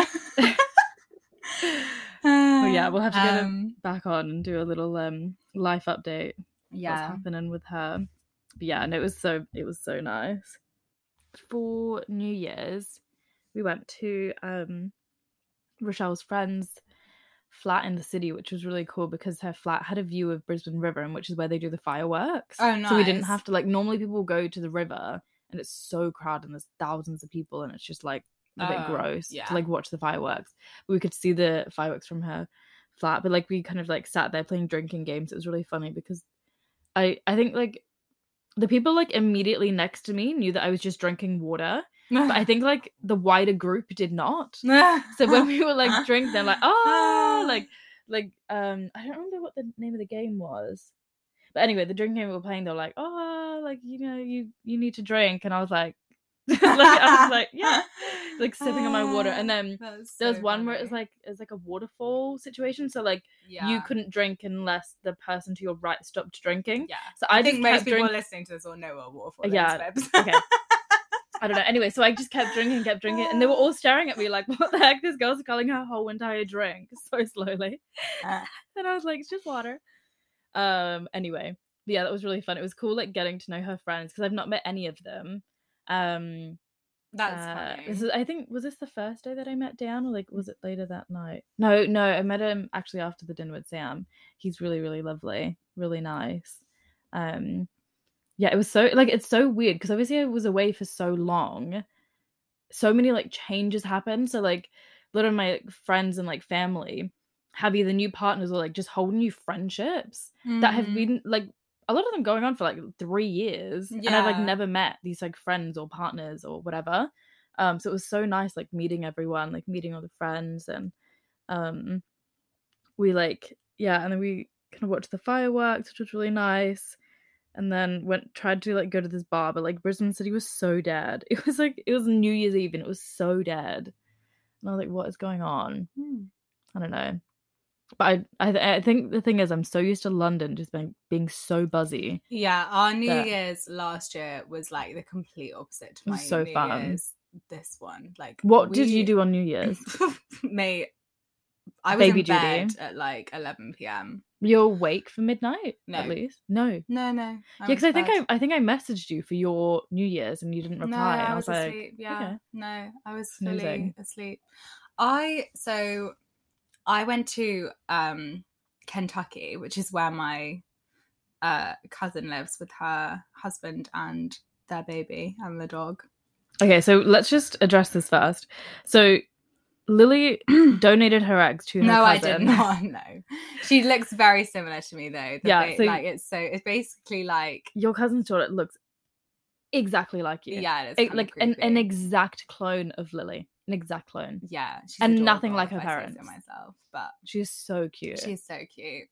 Speaker 2: yeah, [LAUGHS] we'll have to get
Speaker 1: [LAUGHS]
Speaker 2: a-
Speaker 1: um,
Speaker 2: Back on and do a little um life update. what's
Speaker 1: Yeah.
Speaker 2: happening with her. But yeah, and it was so it was so nice. For New Year's, we went to um Rochelle's friend's flat in the city, which was really cool because her flat had a view of Brisbane River, and which is where they do the fireworks.
Speaker 1: Oh,
Speaker 2: So we didn't
Speaker 1: nice.
Speaker 2: have to like normally people go to the river and it's so crowded and there's thousands of people and it's just like a bit
Speaker 1: Oh,
Speaker 2: gross
Speaker 1: yeah. [LAUGHS]
Speaker 2: to like watch the fireworks. We could see the fireworks from her flat, but like we kind of like sat there playing drinking games. It was really funny because I I think like the people like immediately next to me knew that I was just drinking water, but I think like the wider group did
Speaker 1: [LAUGHS]
Speaker 2: not. [LAUGHS] So when we were
Speaker 1: Uh-huh.
Speaker 2: like drink, they're like oh like like um I don't remember what the name of the game was. But anyway, the drinking game we were playing, they were like, oh, like you know, you you need to drink, and I was like, [LAUGHS] like I was
Speaker 1: [LAUGHS]
Speaker 2: like, yeah, like sipping on my water, and then
Speaker 1: That's
Speaker 2: there was
Speaker 1: Ah, so
Speaker 2: one where it was
Speaker 1: funny.
Speaker 2: like it's like a waterfall situation, so like
Speaker 1: yeah.
Speaker 2: you couldn't drink unless the person to your right stopped drinking.
Speaker 1: Yeah.
Speaker 2: So
Speaker 1: I,
Speaker 2: I,
Speaker 1: think
Speaker 2: just
Speaker 1: most
Speaker 2: kept
Speaker 1: people
Speaker 2: drinking.
Speaker 1: listening to this will know what waterfall
Speaker 2: Yeah,
Speaker 1: is. babes.
Speaker 2: [LAUGHS]
Speaker 1: [LAUGHS]
Speaker 2: okay. I don't know. Anyway, so I just kept drinking, kept drinking, and they
Speaker 1: [LAUGHS]
Speaker 2: were all staring at me like, "What the heck? This girl's calling her whole entire drink [LAUGHS] so slowly."
Speaker 1: Ah.
Speaker 2: [LAUGHS] and I was like, "It's just water." Um. Anyway, but yeah, that was really fun. It was cool, like getting to know her friends because I've not met any of them. Um.
Speaker 1: That's
Speaker 2: uh,
Speaker 1: funny.
Speaker 2: This is, I think, was this the first day that I met Dan, or like was it later that night? No, no, I met him actually after the dinner with Sam. He's really, really lovely, really nice. Um, yeah, it was so like it's so weird because obviously I was away for so long. So many like changes happened. So like, a lot of my like, friends and like family have either new partners or like just whole new friendships that have
Speaker 1: Mm.
Speaker 2: been like a lot of them going on for like three years and i've like
Speaker 1: Yeah.
Speaker 2: never met these like friends or partners or whatever um so it was so nice like meeting everyone like meeting all the friends and um we like yeah and then we kind of watched the fireworks which was really nice and then went tried to like go to this bar but like brisbane city was so dead [LAUGHS] it was like it was new year's eve and it was so dead and i was like what is going on
Speaker 1: Hmm.
Speaker 2: i don't know But I, I, I think the thing is, I'm so used to London just being being so buzzy.
Speaker 1: Yeah, our New
Speaker 2: That-
Speaker 1: Year's last year was like the complete opposite to
Speaker 2: It
Speaker 1: my
Speaker 2: was so
Speaker 1: New
Speaker 2: fun.
Speaker 1: Year's this one. Like,
Speaker 2: What did
Speaker 1: we-
Speaker 2: you do on [LAUGHS] New Year's?
Speaker 1: [LAUGHS] Mate, I was
Speaker 2: Baby
Speaker 1: in
Speaker 2: duty.
Speaker 1: bed at like 11 p.m.
Speaker 2: You're awake for midnight
Speaker 1: No.
Speaker 2: at least. No.
Speaker 1: No, no.
Speaker 2: Yeah, because I think
Speaker 1: was
Speaker 2: I, I think I messaged you for your New Year's and you didn't
Speaker 1: bad. no,
Speaker 2: reply. and I was, like,
Speaker 1: asleep. Yeah,
Speaker 2: okay.
Speaker 1: no, I was fully
Speaker 2: Snoozing.
Speaker 1: asleep. I so I went to um Kentucky, which is where my uh cousin lives with her husband and their baby and the dog.
Speaker 2: okay, so let's just address this first. So [CLEARS THROAT] Lily donated her eggs to her
Speaker 1: no, I
Speaker 2: cousin.
Speaker 1: did not. [LAUGHS] No, she looks very similar to me though. the
Speaker 2: Yeah,
Speaker 1: ba-
Speaker 2: so-
Speaker 1: like it's so it's basically like
Speaker 2: [LAUGHS] Your cousin's daughter looks exactly like you.
Speaker 1: yeah, it's
Speaker 2: A-
Speaker 1: kinda
Speaker 2: like an, an
Speaker 1: creepy.
Speaker 2: exact clone of Lily. An exact clone.
Speaker 1: yeah, she's
Speaker 2: and nothing
Speaker 1: adorable,
Speaker 2: like her
Speaker 1: if I say so
Speaker 2: parents.
Speaker 1: myself, but
Speaker 2: She's so cute.
Speaker 1: She's so cute.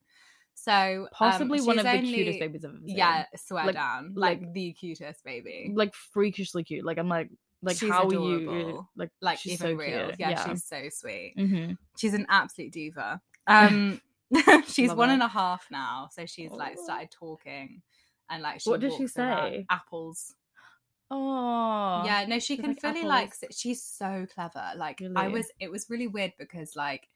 Speaker 1: So um,
Speaker 2: possibly one
Speaker 1: she's
Speaker 2: of the
Speaker 1: only-
Speaker 2: cutest babies I've ever seen.
Speaker 1: Yeah, swear
Speaker 2: Like-
Speaker 1: down, like, the cutest baby,
Speaker 2: like freakishly cute. Like I'm like like
Speaker 1: She's
Speaker 2: how are you
Speaker 1: adorable.
Speaker 2: like
Speaker 1: like
Speaker 2: she's
Speaker 1: even
Speaker 2: so
Speaker 1: real.
Speaker 2: cute.
Speaker 1: Yeah, she's so sweet.
Speaker 2: Mhm.
Speaker 1: She's an absolute
Speaker 2: [LAUGHS]
Speaker 1: diva. Um, [LAUGHS] she's
Speaker 2: Love
Speaker 1: one
Speaker 2: her.
Speaker 1: and a half now, so she's like
Speaker 2: Oh.
Speaker 1: started talking, and like she
Speaker 2: What does she
Speaker 1: walks around-
Speaker 2: say?
Speaker 1: Apples.
Speaker 2: Oh
Speaker 1: yeah, no, she
Speaker 2: she's
Speaker 1: can
Speaker 2: like
Speaker 1: fully like.
Speaker 2: apples.
Speaker 1: sit- She's so clever. Like I
Speaker 2: Really?
Speaker 1: was, it was really weird because like.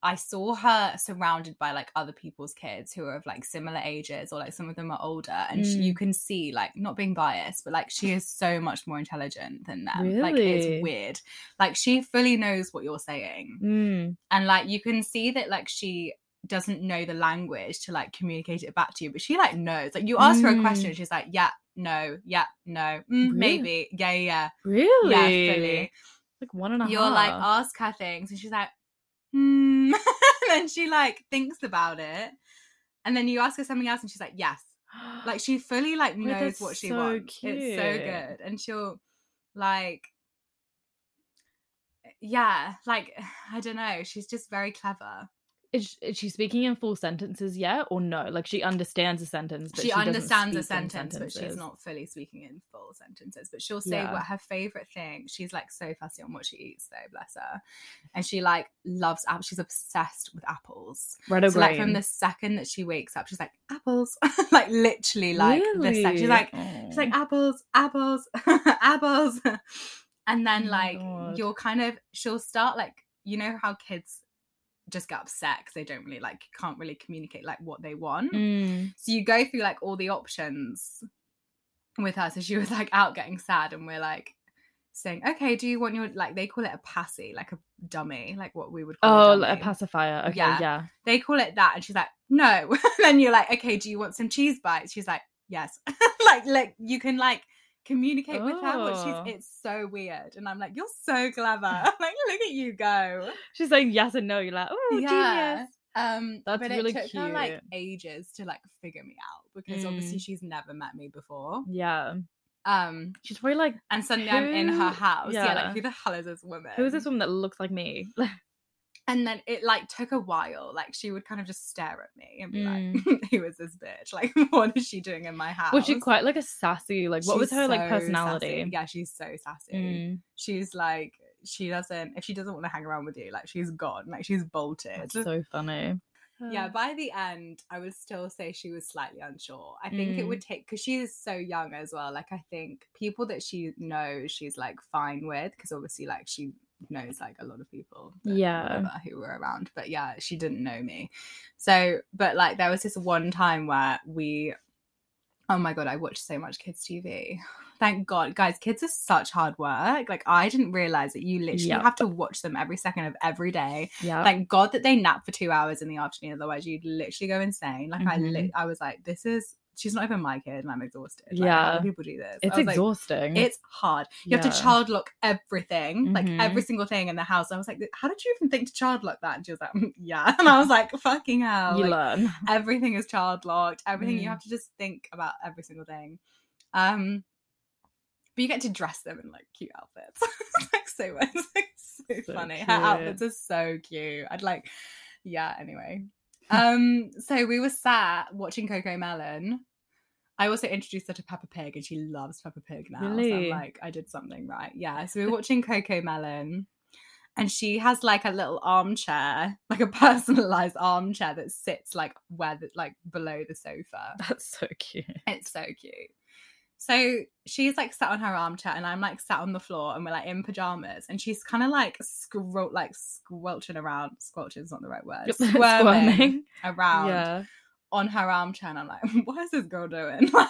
Speaker 1: I saw her surrounded by like other people's kids who are of like similar ages or like some of them are older and she,
Speaker 2: Mm.
Speaker 1: you can see like not being biased but like she is so much more intelligent than them like
Speaker 2: Really?
Speaker 1: it's weird like she fully knows what you're saying
Speaker 2: Mm.
Speaker 1: and like you can see that like she doesn't know the language to like communicate it back to you but she like knows like you ask her a question she's like yeah no yeah no mm,
Speaker 2: Mm. Really?
Speaker 1: maybe yeah yeah
Speaker 2: Really?
Speaker 1: yeah fully
Speaker 2: Like one and a half.
Speaker 1: you're like
Speaker 2: Uh-huh.
Speaker 1: ask her things and she's like hmm [LAUGHS] and then she like thinks about it and then you ask her something else and she's like yes oh,
Speaker 2: [GASPS]
Speaker 1: like she fully like
Speaker 2: Wait,
Speaker 1: knows
Speaker 2: that's
Speaker 1: what she
Speaker 2: so
Speaker 1: wants it's so
Speaker 2: cute.
Speaker 1: good and she'll like yeah like [SIGHS] i don't know she's just very clever
Speaker 2: is, is she speaking in full sentences yet or no? Like she understands a sentence, but
Speaker 1: she,
Speaker 2: she, doesn't
Speaker 1: understands a
Speaker 2: speak in
Speaker 1: sentence but she's
Speaker 2: sentences.
Speaker 1: not fully speaking in full sentences but she'll say
Speaker 2: Yeah.
Speaker 1: what her favorite thing she's like so fussy on what she eats though bless her and she like loves apples she's obsessed with apples
Speaker 2: Red or
Speaker 1: So like from
Speaker 2: green?
Speaker 1: the second that she wakes up, she's like apples, [LAUGHS] like literally like the sec- She's
Speaker 2: Really?
Speaker 1: like she's like
Speaker 2: Oh.
Speaker 1: apples, apples, [LAUGHS] apples, and then
Speaker 2: Oh my
Speaker 1: like
Speaker 2: God.
Speaker 1: you're kind of she'll start like you know how kids just get upset because they don't really like can't really communicate like what they want.
Speaker 2: Mm.
Speaker 1: So you go through like all the options with her. So she was like out getting sad, and we're like saying, okay, do you want your like they call it a passy, like a dummy, like what we would call
Speaker 2: Oh,
Speaker 1: a,
Speaker 2: like a
Speaker 1: dummy
Speaker 2: pacifier. Okay,
Speaker 1: Yeah.
Speaker 2: yeah.
Speaker 1: they call it that and she's like no [LAUGHS] then you're like okay do you want some cheese bites she's like yes [LAUGHS] like like you can like communicate with her what
Speaker 2: Oh.
Speaker 1: she's it's so weird and i'm like you're so
Speaker 2: [LAUGHS]
Speaker 1: clever [LAUGHS] I'm like look at you go
Speaker 2: She's saying yes and no. You're like, oh,
Speaker 1: Yeah.
Speaker 2: genius.
Speaker 1: um
Speaker 2: That's
Speaker 1: but
Speaker 2: really
Speaker 1: it took her like
Speaker 2: cute. Mm.
Speaker 1: ages to like figure me out because obviously she's never met me before
Speaker 2: Yeah.
Speaker 1: um
Speaker 2: She's probably like,
Speaker 1: and suddenly i'm in her
Speaker 2: Who-
Speaker 1: house yeah. like
Speaker 2: yeah.
Speaker 1: who the hell is this woman
Speaker 2: who is this woman that looks like me? [LAUGHS]
Speaker 1: and then it like took a while like she would kind of just stare at me and be like [LAUGHS] who is this bitch like [LAUGHS] what is she doing in my house
Speaker 2: Mm. Was she quite like a sassy? Like, what was
Speaker 1: She's
Speaker 2: her
Speaker 1: so
Speaker 2: like
Speaker 1: sassy.
Speaker 2: personality?
Speaker 1: yeah she's so sassy
Speaker 2: Mm,
Speaker 1: she's like she doesn't if she doesn't want to hang around with you like she's gone like she's bolted
Speaker 2: that's so funny.
Speaker 1: yeah by the end i would still say she was slightly unsure i think it
Speaker 2: Mm.
Speaker 1: would take because she is so young as well like i think people that she knows she's like fine with because obviously like she knows like a lot of people that-
Speaker 2: Yeah.
Speaker 1: whatever, who were around but yeah she didn't know me so but like there was this one time where we oh my god i watched so much kids tv thank god guys kids are such hard work like i didn't realize that you literally
Speaker 2: Yep.
Speaker 1: have to watch them every second of every day
Speaker 2: yeah.
Speaker 1: Thank God that they nap for two hours in the afternoon, otherwise you'd literally go insane. Like I, li-
Speaker 2: Mhm.
Speaker 1: I was like, this is she's not even my kid, and I'm exhausted. Like, how do
Speaker 2: Yeah.
Speaker 1: people do this. I
Speaker 2: it's
Speaker 1: was like,
Speaker 2: exhausting.
Speaker 1: it's hard. You have to
Speaker 2: Yeah.
Speaker 1: child lock everything, like
Speaker 2: Mhm.
Speaker 1: every single thing in the house. I was like, how did you even think to child lock that? And she was like, "Mm, yeah. [LAUGHS] And I was like, fucking hell.
Speaker 2: you
Speaker 1: like,
Speaker 2: learn.
Speaker 1: [LAUGHS]
Speaker 2: [LAUGHS]
Speaker 1: everything is child locked. Everything you
Speaker 2: Mm.
Speaker 1: have to just think about every single thing. Um, but you get to dress them in like cute outfits. [LAUGHS] it's like so much. It's like so,
Speaker 2: So
Speaker 1: funny. Her outfits are so cute. I'd like, yeah. Anyway, um, so we were sat watching Coco Melon. I also introduced her to Peppa Pig, and she loves Peppa Pig now. So I'm
Speaker 2: Really?
Speaker 1: like, I did something right. Yeah. So we were watching Coco Melon. and she has like a little armchair, like a [LAUGHS] personalized armchair that sits like where the, like below the sofa.
Speaker 2: That's so cute. [LAUGHS]
Speaker 1: It's so cute. So she's like sat on her armchair and I'm like sat on the floor and we're like in pajamas and she's kind of like scroll like squelching around. Squelching is not the right
Speaker 2: [LAUGHS]
Speaker 1: word. Squirming,
Speaker 2: Squirming.
Speaker 1: around
Speaker 2: Yeah.
Speaker 1: on her armchair and I'm like, [LAUGHS] what is this girl doing? [LAUGHS]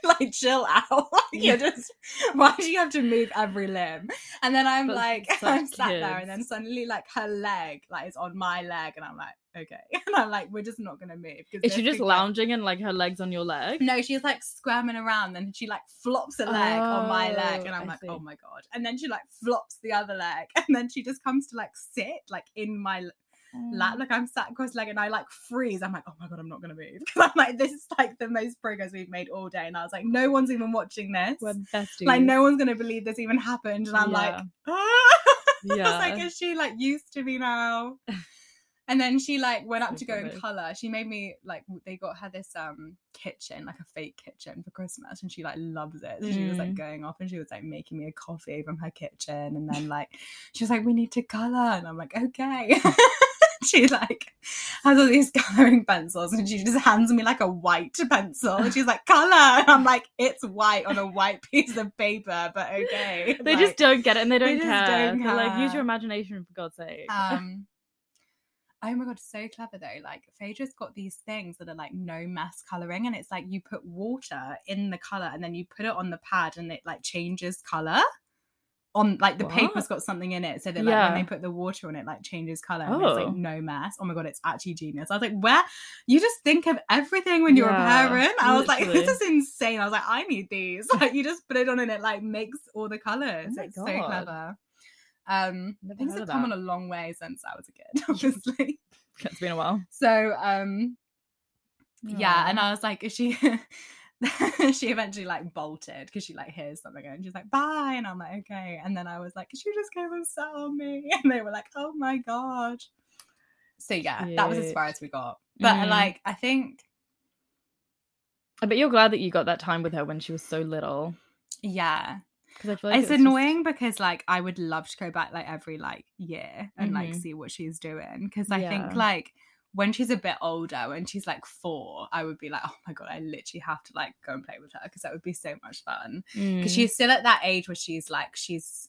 Speaker 1: Like, like chill out. [LAUGHS] Like,
Speaker 2: Yeah.
Speaker 1: you're just why do you have to move every limb? And then I'm
Speaker 2: But
Speaker 1: like, [LAUGHS]
Speaker 2: such
Speaker 1: I'm sat there and then
Speaker 2: kids.
Speaker 1: suddenly like her leg like is on my leg and I'm like, okay. [LAUGHS] And I'm like, we're just not gonna move. 'cause
Speaker 2: Is she
Speaker 1: this
Speaker 2: just
Speaker 1: could go-
Speaker 2: lounging and like her legs on your
Speaker 1: [LAUGHS]
Speaker 2: leg?
Speaker 1: No, she's like squirming around, then she like flops a leg on my leg,
Speaker 2: Oh,
Speaker 1: and I'm
Speaker 2: I
Speaker 1: like, oh
Speaker 2: see.
Speaker 1: my god. And then she like flops the other leg, [LAUGHS] and then she just comes to like sit like in my
Speaker 2: Oh,
Speaker 1: lap. Like I'm sat cross legged and I like freeze. I'm like, oh my god, I'm not gonna move. [LAUGHS] Because I'm like, this is like the most progress we've made all day. And I was like, no one's even watching this.
Speaker 2: We're besties.
Speaker 1: like no one's gonna believe this even happened. And I'm like, ah! [LAUGHS]
Speaker 2: yeah.
Speaker 1: I was like, is she like used to me now?
Speaker 2: [LAUGHS]
Speaker 1: And then she like went up
Speaker 2: So
Speaker 1: to go in
Speaker 2: funny.
Speaker 1: color. She made me like w- they got her this um kitchen, like a fake kitchen for Christmas, and she like loves it. So she was like
Speaker 2: Mm.
Speaker 1: going off and she was like making me a coffee from her kitchen, and then like she was like, "We need to color," and I'm like, "Okay." [LAUGHS] she like has all these [LAUGHS] coloring pencils, and she just hands me like a white pencil, and she's like, "Color," and I'm like, "It's white on a white piece of paper, but okay."
Speaker 2: [LAUGHS] they
Speaker 1: Like,
Speaker 2: just don't get it and they don't
Speaker 1: just
Speaker 2: care.
Speaker 1: don't
Speaker 2: They're like, use
Speaker 1: care.
Speaker 2: your imagination for God's sake.
Speaker 1: um oh my god so clever though like phaedra's got these things that are like no mess coloring and it's like you put water in the color and then you put it on the pad and it like changes color on like the paper's
Speaker 2: What?
Speaker 1: got something in it so that like when
Speaker 2: Yeah.
Speaker 1: they put the water on it like changes color and it's
Speaker 2: Oh.
Speaker 1: like no mess oh my god it's actually genius i was like where you just think of everything when you're
Speaker 2: Yeah,
Speaker 1: a parent i was like [LAUGHS] this
Speaker 2: literally.
Speaker 1: is insane i was like i need these [LAUGHS] like you just put it on and it like makes all the colors
Speaker 2: Oh my
Speaker 1: it's so
Speaker 2: God.
Speaker 1: clever um
Speaker 2: Never
Speaker 1: things
Speaker 2: heard
Speaker 1: have
Speaker 2: of
Speaker 1: come on
Speaker 2: that.
Speaker 1: a long way since I was a kid, [LAUGHS] obviously.
Speaker 2: [LAUGHS] it's been a while.
Speaker 1: so um yeah, and I was like, is she [LAUGHS] she eventually like bolted because she like hears something and she's like, bye. And I'm like, okay. And then I was like, she just came and sat on me. [LAUGHS] And they were like, oh my god. So yeah, that was as
Speaker 2: Cute.
Speaker 1: far as we got. But
Speaker 2: Mm.
Speaker 1: like I think
Speaker 2: I bet you're glad that you got that time with her when she was so little.
Speaker 1: yeah,
Speaker 2: Because I feel like
Speaker 1: it's
Speaker 2: was just-
Speaker 1: annoying because like I would love to go back like every like year and like
Speaker 2: Mhm.
Speaker 1: see what she's doing because I
Speaker 2: Yeah.
Speaker 1: think like when she's a bit older when she's like 4 I would be like oh my god I literally have to like go and play with her because that would be so much fun because
Speaker 2: Mm,
Speaker 1: she's still at that age where she's like she's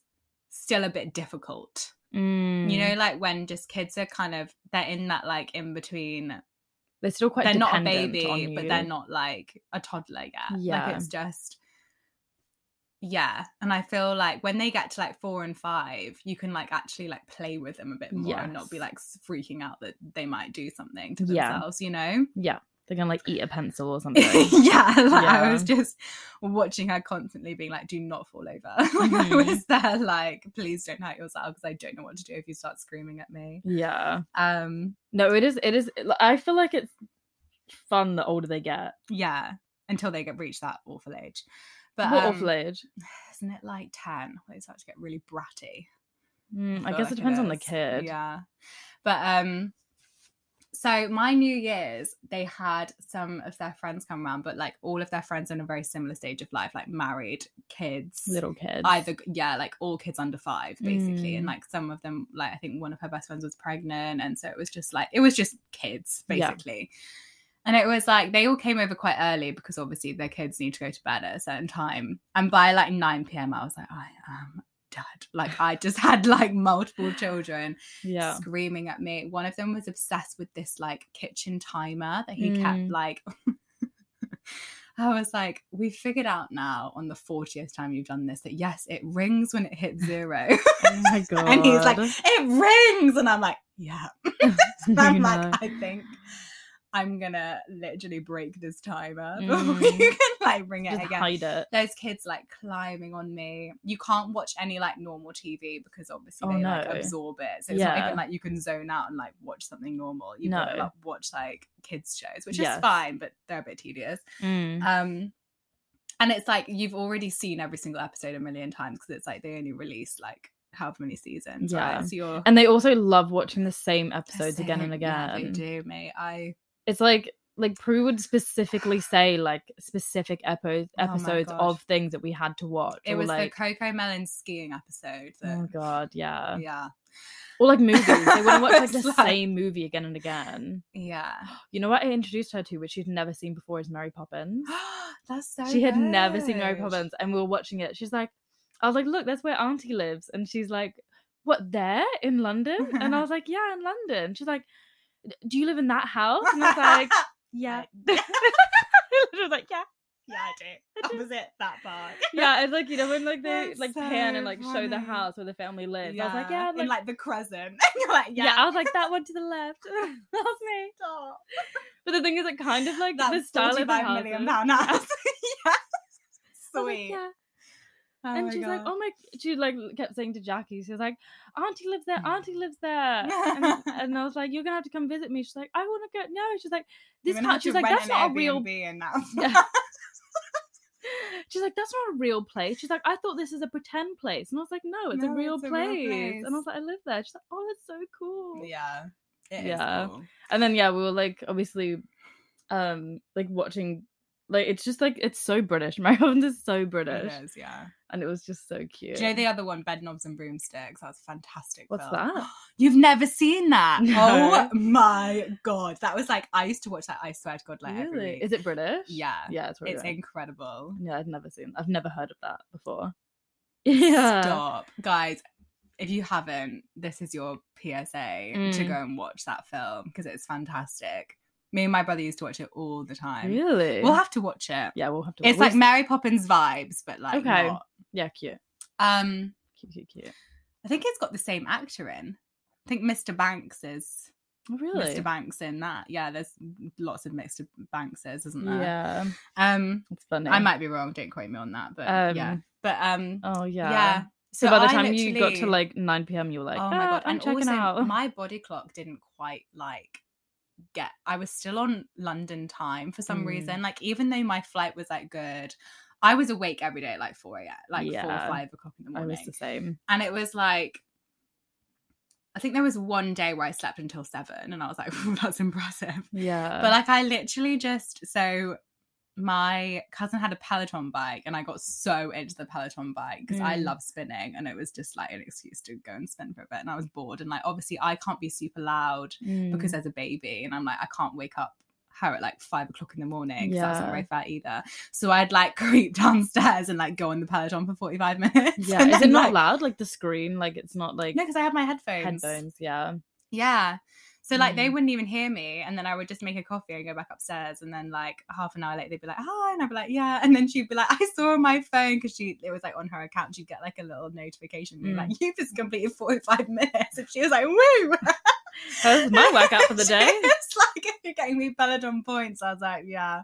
Speaker 1: still a bit difficult
Speaker 2: mm.
Speaker 1: you know like when just kids are kind of they're in that like in between
Speaker 2: they're still quite
Speaker 1: they're not a
Speaker 2: dependent on
Speaker 1: baby but
Speaker 2: you.
Speaker 1: they're not like a toddler yet
Speaker 2: Yeah.
Speaker 1: like it's just yeah and i feel like when they get to like four and five you can like actually like play with them a bit more and not be
Speaker 2: Yes.
Speaker 1: like s- freaking out that they might do something to
Speaker 2: Yeah.
Speaker 1: themselves you know [LAUGHS]
Speaker 2: Yeah. They're gonna like eat a pencil or something.
Speaker 1: yeah, [LAUGHS] like, i
Speaker 2: Yeah.
Speaker 1: was just watching her constantly being like do not fall over [LAUGHS] like i
Speaker 2: Mhm.
Speaker 1: was there like please don't hurt yourself because i don't know what to do if you start screaming at me
Speaker 2: yeah.
Speaker 1: um
Speaker 2: No, it is it is I feel like it's fun the older they get.
Speaker 1: yeah until they get reach that awful age but
Speaker 2: But, what
Speaker 1: um,
Speaker 2: awful age?
Speaker 1: isn't it like 10 they start to get really bratty
Speaker 2: Mm, I
Speaker 1: feel like
Speaker 2: guess it depends on the
Speaker 1: is.
Speaker 2: kid.
Speaker 1: yeah but um so my new year's they had some of their friends come around but like all of their friends in a very similar stage of life like married kids
Speaker 2: Little kids.
Speaker 1: either yeah like all kids under five basically and
Speaker 2: Mm.
Speaker 1: like some of them like i think one of her best friends was pregnant and so it was just like it was just kids
Speaker 2: Yeah.
Speaker 1: basically and it was like they all came over quite early because obviously their kids need to go to bed at a certain time and by like 9 p.m i was like i am dead like i just had like multiple children
Speaker 2: Yeah.
Speaker 1: screaming at me. One of them was obsessed with this like kitchen timer that he kept
Speaker 2: Mm.
Speaker 1: like. [LAUGHS] I was like, we figured out now on the 40th time you've done this that yes, it rings when it hits zero. [LAUGHS]
Speaker 2: Oh my god.
Speaker 1: and he's like, it rings. And I'm like,
Speaker 2: [LAUGHS]
Speaker 1: yeah. And I'm
Speaker 2: No.
Speaker 1: like, I think I'm going to literally break this timer [LAUGHS] before
Speaker 2: Mm.
Speaker 1: you can like ring it
Speaker 2: just
Speaker 1: again
Speaker 2: hide it.
Speaker 1: those kids like climbing on me. You can't watch any like normal TV because obviously
Speaker 2: Oh,
Speaker 1: they like
Speaker 2: no.
Speaker 1: absorb it. So it's not
Speaker 2: Yeah.
Speaker 1: even like you can zone out and like watch something normal. You gotta,
Speaker 2: No.
Speaker 1: like, watch like kids shows, which
Speaker 2: Yes.
Speaker 1: is fine, but they're a bit tedious.
Speaker 2: Mm.
Speaker 1: Um, and it's like you've already seen every single episode a million times because it's like they only release like however many seasons. Yeah,
Speaker 2: Yeah.
Speaker 1: right? so you're
Speaker 2: And they also love watching the same episodes again
Speaker 1: Same-
Speaker 2: and
Speaker 1: yeah,
Speaker 2: again.
Speaker 1: they do, mate. I
Speaker 2: It's like like Prue would specifically say like specific epo-
Speaker 1: Oh my
Speaker 2: episodes
Speaker 1: gosh.
Speaker 2: of things that we had to watch.
Speaker 1: It
Speaker 2: or,
Speaker 1: was
Speaker 2: like
Speaker 1: the Coco Melon skiing episode. That,
Speaker 2: oh god, yeah.
Speaker 1: Yeah.
Speaker 2: Or
Speaker 1: [LAUGHS]
Speaker 2: like movies. They wouldn't watch like the
Speaker 1: It's like-
Speaker 2: same movie again and again.
Speaker 1: Yeah. [GASPS]
Speaker 2: You know what I introduced her to, which she'd never seen before, is
Speaker 1: [GASPS]
Speaker 2: Mary Poppins.
Speaker 1: That's so
Speaker 2: she had never seen Mary
Speaker 1: good.
Speaker 2: Poppins, and we were watching it. She's like, I was like, look, that's where Auntie lives, and she's like, what there in London? and
Speaker 1: [LAUGHS]
Speaker 2: I was like, yeah, in London. She's like, "D- do you live in that house? And I
Speaker 1: [LAUGHS]
Speaker 2: was like, yeah. [LAUGHS] she was like, yeah.
Speaker 1: yeah, I do. [LAUGHS] That was it, that
Speaker 2: [LAUGHS]
Speaker 1: part.
Speaker 2: Yeah, it's like you know when like they
Speaker 1: That's
Speaker 2: like pan and
Speaker 1: so
Speaker 2: like show the
Speaker 1: funny.
Speaker 2: house where the family lives. I was like, yeah,
Speaker 1: in
Speaker 2: like,
Speaker 1: like the crescent. [LAUGHS] And you're like,
Speaker 2: yeah.
Speaker 1: yeah.
Speaker 2: I was like that one to the left. [LAUGHS] that was me.
Speaker 1: stop.
Speaker 2: But the thing is, it kind of like
Speaker 1: That
Speaker 2: the style of the
Speaker 1: £45
Speaker 2: house.
Speaker 1: million
Speaker 2: [LAUGHS]
Speaker 1: pound house. [LAUGHS] yeah. Sweet.
Speaker 2: yeah.
Speaker 1: Oh
Speaker 2: and
Speaker 1: my
Speaker 2: she's like,
Speaker 1: God.
Speaker 2: "Oh my!" She like kept saying to Jackie, she was like, "Auntie lives
Speaker 1: [LAUGHS]
Speaker 2: there.
Speaker 1: Mm.
Speaker 2: Auntie lives there." and, and I was like, "You're gonna have to come visit me." She's like, "I want to go." No, she's like,
Speaker 1: You're
Speaker 2: "This
Speaker 1: gonna
Speaker 2: house."
Speaker 1: have to
Speaker 2: She's like,
Speaker 1: rent
Speaker 2: "That's
Speaker 1: an
Speaker 2: not a real."
Speaker 1: Airbnb in that.
Speaker 2: [LAUGHS] Yeah. She's like, "That's not a real place." She's like, "I thought this is a pretend place," and I was like, "No, it's, a,
Speaker 1: No,
Speaker 2: real
Speaker 1: it's a real
Speaker 2: place. And I
Speaker 1: place.
Speaker 2: was like, "I live there." She's like, "Oh, that's so
Speaker 1: [LAUGHS]
Speaker 2: cool."
Speaker 1: yeah. It is
Speaker 2: Yeah.
Speaker 1: cool.
Speaker 2: And then yeah, we were like, obviously, um, like watching, like it's just like it's so British. [LAUGHS] Mary Poppins is so British,
Speaker 1: It is, yeah.
Speaker 2: and it was just so cute.
Speaker 1: Do you know the other one, Bed Knobs and Broomsticks? That was a fantastic.
Speaker 2: What's
Speaker 1: film.
Speaker 2: that?
Speaker 1: You've never seen that?
Speaker 2: [LAUGHS] No.
Speaker 1: Oh my god, that was like I used to watch that. I swear to God, [GASPS] like every
Speaker 2: really?
Speaker 1: week.
Speaker 2: Is it British?
Speaker 1: Yeah.
Speaker 2: Yeah, it's British.
Speaker 1: it's incredible.
Speaker 2: Yeah, I'd never seen. I've never heard of that before. [LAUGHS] Yeah.
Speaker 1: Stop, guys. If you haven't, this is your PSA to
Speaker 2: Mm.
Speaker 1: go and watch that film because it's fantastic. Me and my brother used to watch it all the time.
Speaker 2: Really?
Speaker 1: We'll have to watch it.
Speaker 2: yeah, we'll have to.
Speaker 1: It's
Speaker 2: we'll
Speaker 1: like Mary Poppins vibes, but like
Speaker 2: Okay.
Speaker 1: not.
Speaker 2: yeah, cute,
Speaker 1: Um,
Speaker 2: cute, cute, cute.
Speaker 1: I think it's got the same actor in. I think Mr. Banks is
Speaker 2: Oh, Really?
Speaker 1: Mr. Banks in that. Yeah, there's lots of Mr. Bankses, isn't there?
Speaker 2: yeah,
Speaker 1: Um,
Speaker 2: it's funny.
Speaker 1: uh, I might be wrong. Don't quote me on that, but yeah.
Speaker 2: Um,
Speaker 1: But um,
Speaker 2: Oh
Speaker 1: yeah.
Speaker 2: yeah. So, by the
Speaker 1: I
Speaker 2: time you got to
Speaker 1: literally-
Speaker 2: like 9 p.m., you were like, "Ah,
Speaker 1: oh my god,
Speaker 2: I'm
Speaker 1: and
Speaker 2: checking
Speaker 1: also
Speaker 2: out.
Speaker 1: my body clock didn't quite like get. I was still on London time for some
Speaker 2: Mm.
Speaker 1: reason. Like even though my flight was like good, I was awake every day at like four a.m., like four
Speaker 2: Yeah.
Speaker 1: or five o'clock in the
Speaker 2: I
Speaker 1: morning,
Speaker 2: was the same.
Speaker 1: and it was like. I think there was one day where I slept until seven, and I was like, [LAUGHS] "That's impressive."
Speaker 2: Yeah.
Speaker 1: but like I literally just so my cousin had a peloton bike and I got so into the peloton bike because I
Speaker 2: Mm.
Speaker 1: love spinning and it was just like an excuse to go and spin for a bit and I was bored and like obviously I can't be super loud
Speaker 2: Mm.
Speaker 1: because there's a baby and I'm like I can't wake up her at like five o'clock in the morning 'cause that's not
Speaker 2: Yeah.
Speaker 1: very fair either so I'd like [LAUGHS] creep downstairs and like go on the peloton for 45 minutes
Speaker 2: yeah,
Speaker 1: and [LAUGHS]
Speaker 2: is it
Speaker 1: then, like-
Speaker 2: not loud? Like the screen, like it's not like
Speaker 1: no because I had my
Speaker 2: headphones. Yeah.
Speaker 1: yeah. So like they
Speaker 2: Mm.
Speaker 1: wouldn't even hear me, and then I would just make a coffee and go back upstairs, and then like half an hour later they'd be like, "Hi," and I'd be like, "Yeah," and then she'd be like, "I saw on my phone because she it was like on her account, she'd get like a little notification being like, "You've just completed forty five [LAUGHS] minutes," and she was like, "Woo!" [LAUGHS]
Speaker 2: That was my workout for the
Speaker 1: She
Speaker 2: day.
Speaker 1: was like [LAUGHS] "You're getting me on points. I was like, "Yeah."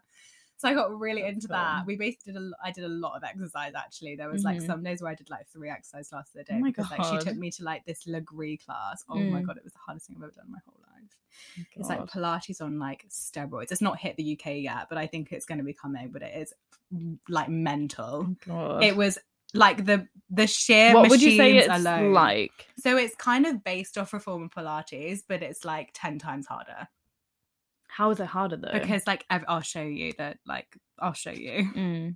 Speaker 1: So I got really
Speaker 2: That's
Speaker 1: into
Speaker 2: cool.
Speaker 1: that. We basically did a, lo- I did a lot of exercise actually. There was like
Speaker 2: Mhm.
Speaker 1: some days where I did like three exercise classes a day
Speaker 2: Oh my
Speaker 1: because like she
Speaker 2: God.
Speaker 1: took me to like this Legree class. Oh my
Speaker 2: Mm. Oh
Speaker 1: god, it was the hardest thing I've ever done in my whole life. It's like Pilates on like steroids. It's not hit the UK yet, but I think it's going to be coming. But it is mm, like mental.
Speaker 2: God. Oh God.
Speaker 1: It was like the the sheer.
Speaker 2: what would you say
Speaker 1: machines
Speaker 2: it's
Speaker 1: alone.
Speaker 2: like?
Speaker 1: So it's kind of based off reformer Pilates, but it's like ten times harder
Speaker 2: How is it harder though?
Speaker 1: because like I've, I'll show you that. Like I'll show you.
Speaker 2: Mm.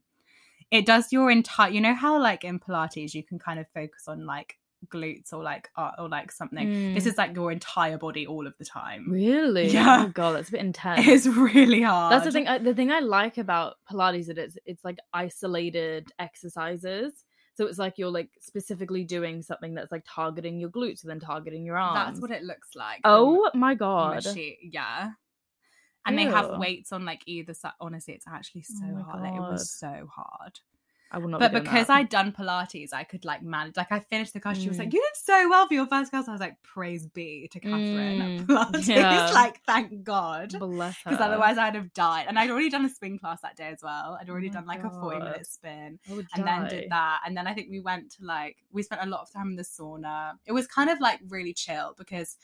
Speaker 1: It does your entire. You know how like in Pilates you can kind of focus on like glutes or like ar- or like something. This
Speaker 2: Mm.
Speaker 1: is like your entire body all of the time.
Speaker 2: really
Speaker 1: Yeah.
Speaker 2: Oh god, that's a bit
Speaker 1: [LAUGHS]
Speaker 2: intense.
Speaker 1: It's really hard.
Speaker 2: That's the thing. I, the thing I like about Pilates is that it's it's like isolated exercises. So it's like you're like specifically doing something that's like targeting your glutes and then targeting your arms.
Speaker 1: That's what it looks like. the m-
Speaker 2: Oh my god.
Speaker 1: machine. Yeah. And they have
Speaker 2: Ew.
Speaker 1: weights on like either side. Honestly, it's actually
Speaker 2: Oh
Speaker 1: so
Speaker 2: my
Speaker 1: hard. Like, it was so hard.
Speaker 2: I will not.
Speaker 1: but
Speaker 2: be doing
Speaker 1: because
Speaker 2: that.
Speaker 1: I'd done Pilates, I could like manage. Like I finished the class. She was
Speaker 2: Mm.
Speaker 1: like, "You did so well for your first class." I was like, "Praise be to Catherine at
Speaker 2: Mm.
Speaker 1: Pilates."
Speaker 2: Yeah.
Speaker 1: [LAUGHS] like, thank God.
Speaker 2: bless her.
Speaker 1: Because otherwise I'd have died. And I'd already done a spin class that day as well. I'd already
Speaker 2: Oh my
Speaker 1: done like a 40
Speaker 2: God.
Speaker 1: minute spin
Speaker 2: I would
Speaker 1: and then
Speaker 2: die.
Speaker 1: did that and then i think we went to like we spent a lot of time in the sauna it was kind of like really chill because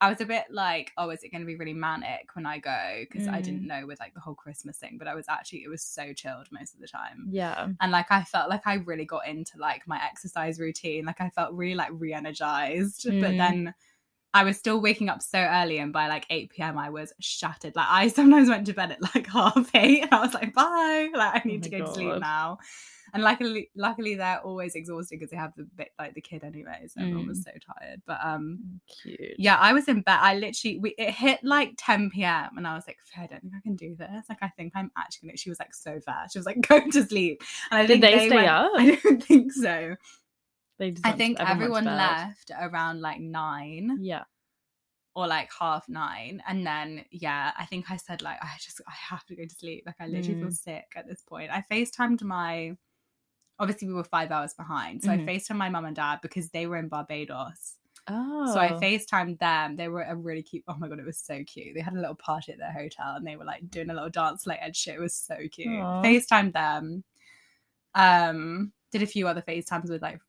Speaker 1: i was a bit like oh is it going to be really manic when i go because i
Speaker 2: Mm.
Speaker 1: didn't know with like the whole christmas thing but i was actually it was so chilled most of the time
Speaker 2: Yeah.
Speaker 1: and like i felt like i really got into like my exercise routine like i felt really like re-energized but
Speaker 2: Mm.
Speaker 1: then I was still waking up so early, and by like 8 p.m., I was shattered. Like, I [LAUGHS] sometimes went to bed at like [LAUGHS] half eight, and I was like, bye, like, I need
Speaker 2: Oh my
Speaker 1: to go to sleep
Speaker 2: God.
Speaker 1: now. And luckily, luckily, they're always exhausted because they have the bit like the kid anyway, so everyone
Speaker 2: Mm.
Speaker 1: was so tired. But um,
Speaker 2: Cute.
Speaker 1: yeah, I was in bed. I literally we, it hit like 10 p.m. and I was like, "Fair, I don't think I can do this. Like, I think I'm actually. She was like so fair. She was like, [LAUGHS] "Go to sleep." And I think
Speaker 2: Did they stay
Speaker 1: went-
Speaker 2: up?
Speaker 1: [LAUGHS] I don't think so.
Speaker 2: They just
Speaker 1: I
Speaker 2: went-
Speaker 1: think
Speaker 2: went
Speaker 1: everyone
Speaker 2: to bed.
Speaker 1: left around like nine
Speaker 2: Yeah.
Speaker 1: or like half nine, and then yeah, I think I said like, "I just I have to go to sleep. Like, I literally
Speaker 2: Mm.
Speaker 1: feel sick at this point." I Facetimed my. Obviously, we were five hours behind, so
Speaker 2: Mhm.
Speaker 1: I Facetimed my mum and dad because they were in Barbados.
Speaker 2: Oh.
Speaker 1: So I FaceTimed them. They were a really cute. Oh my god, it was so cute. They had a little party at their hotel and they were like doing a little dance like and shit. It was so cute.
Speaker 2: Aw.
Speaker 1: FaceTimed them. Um, did a few other FaceTimes with like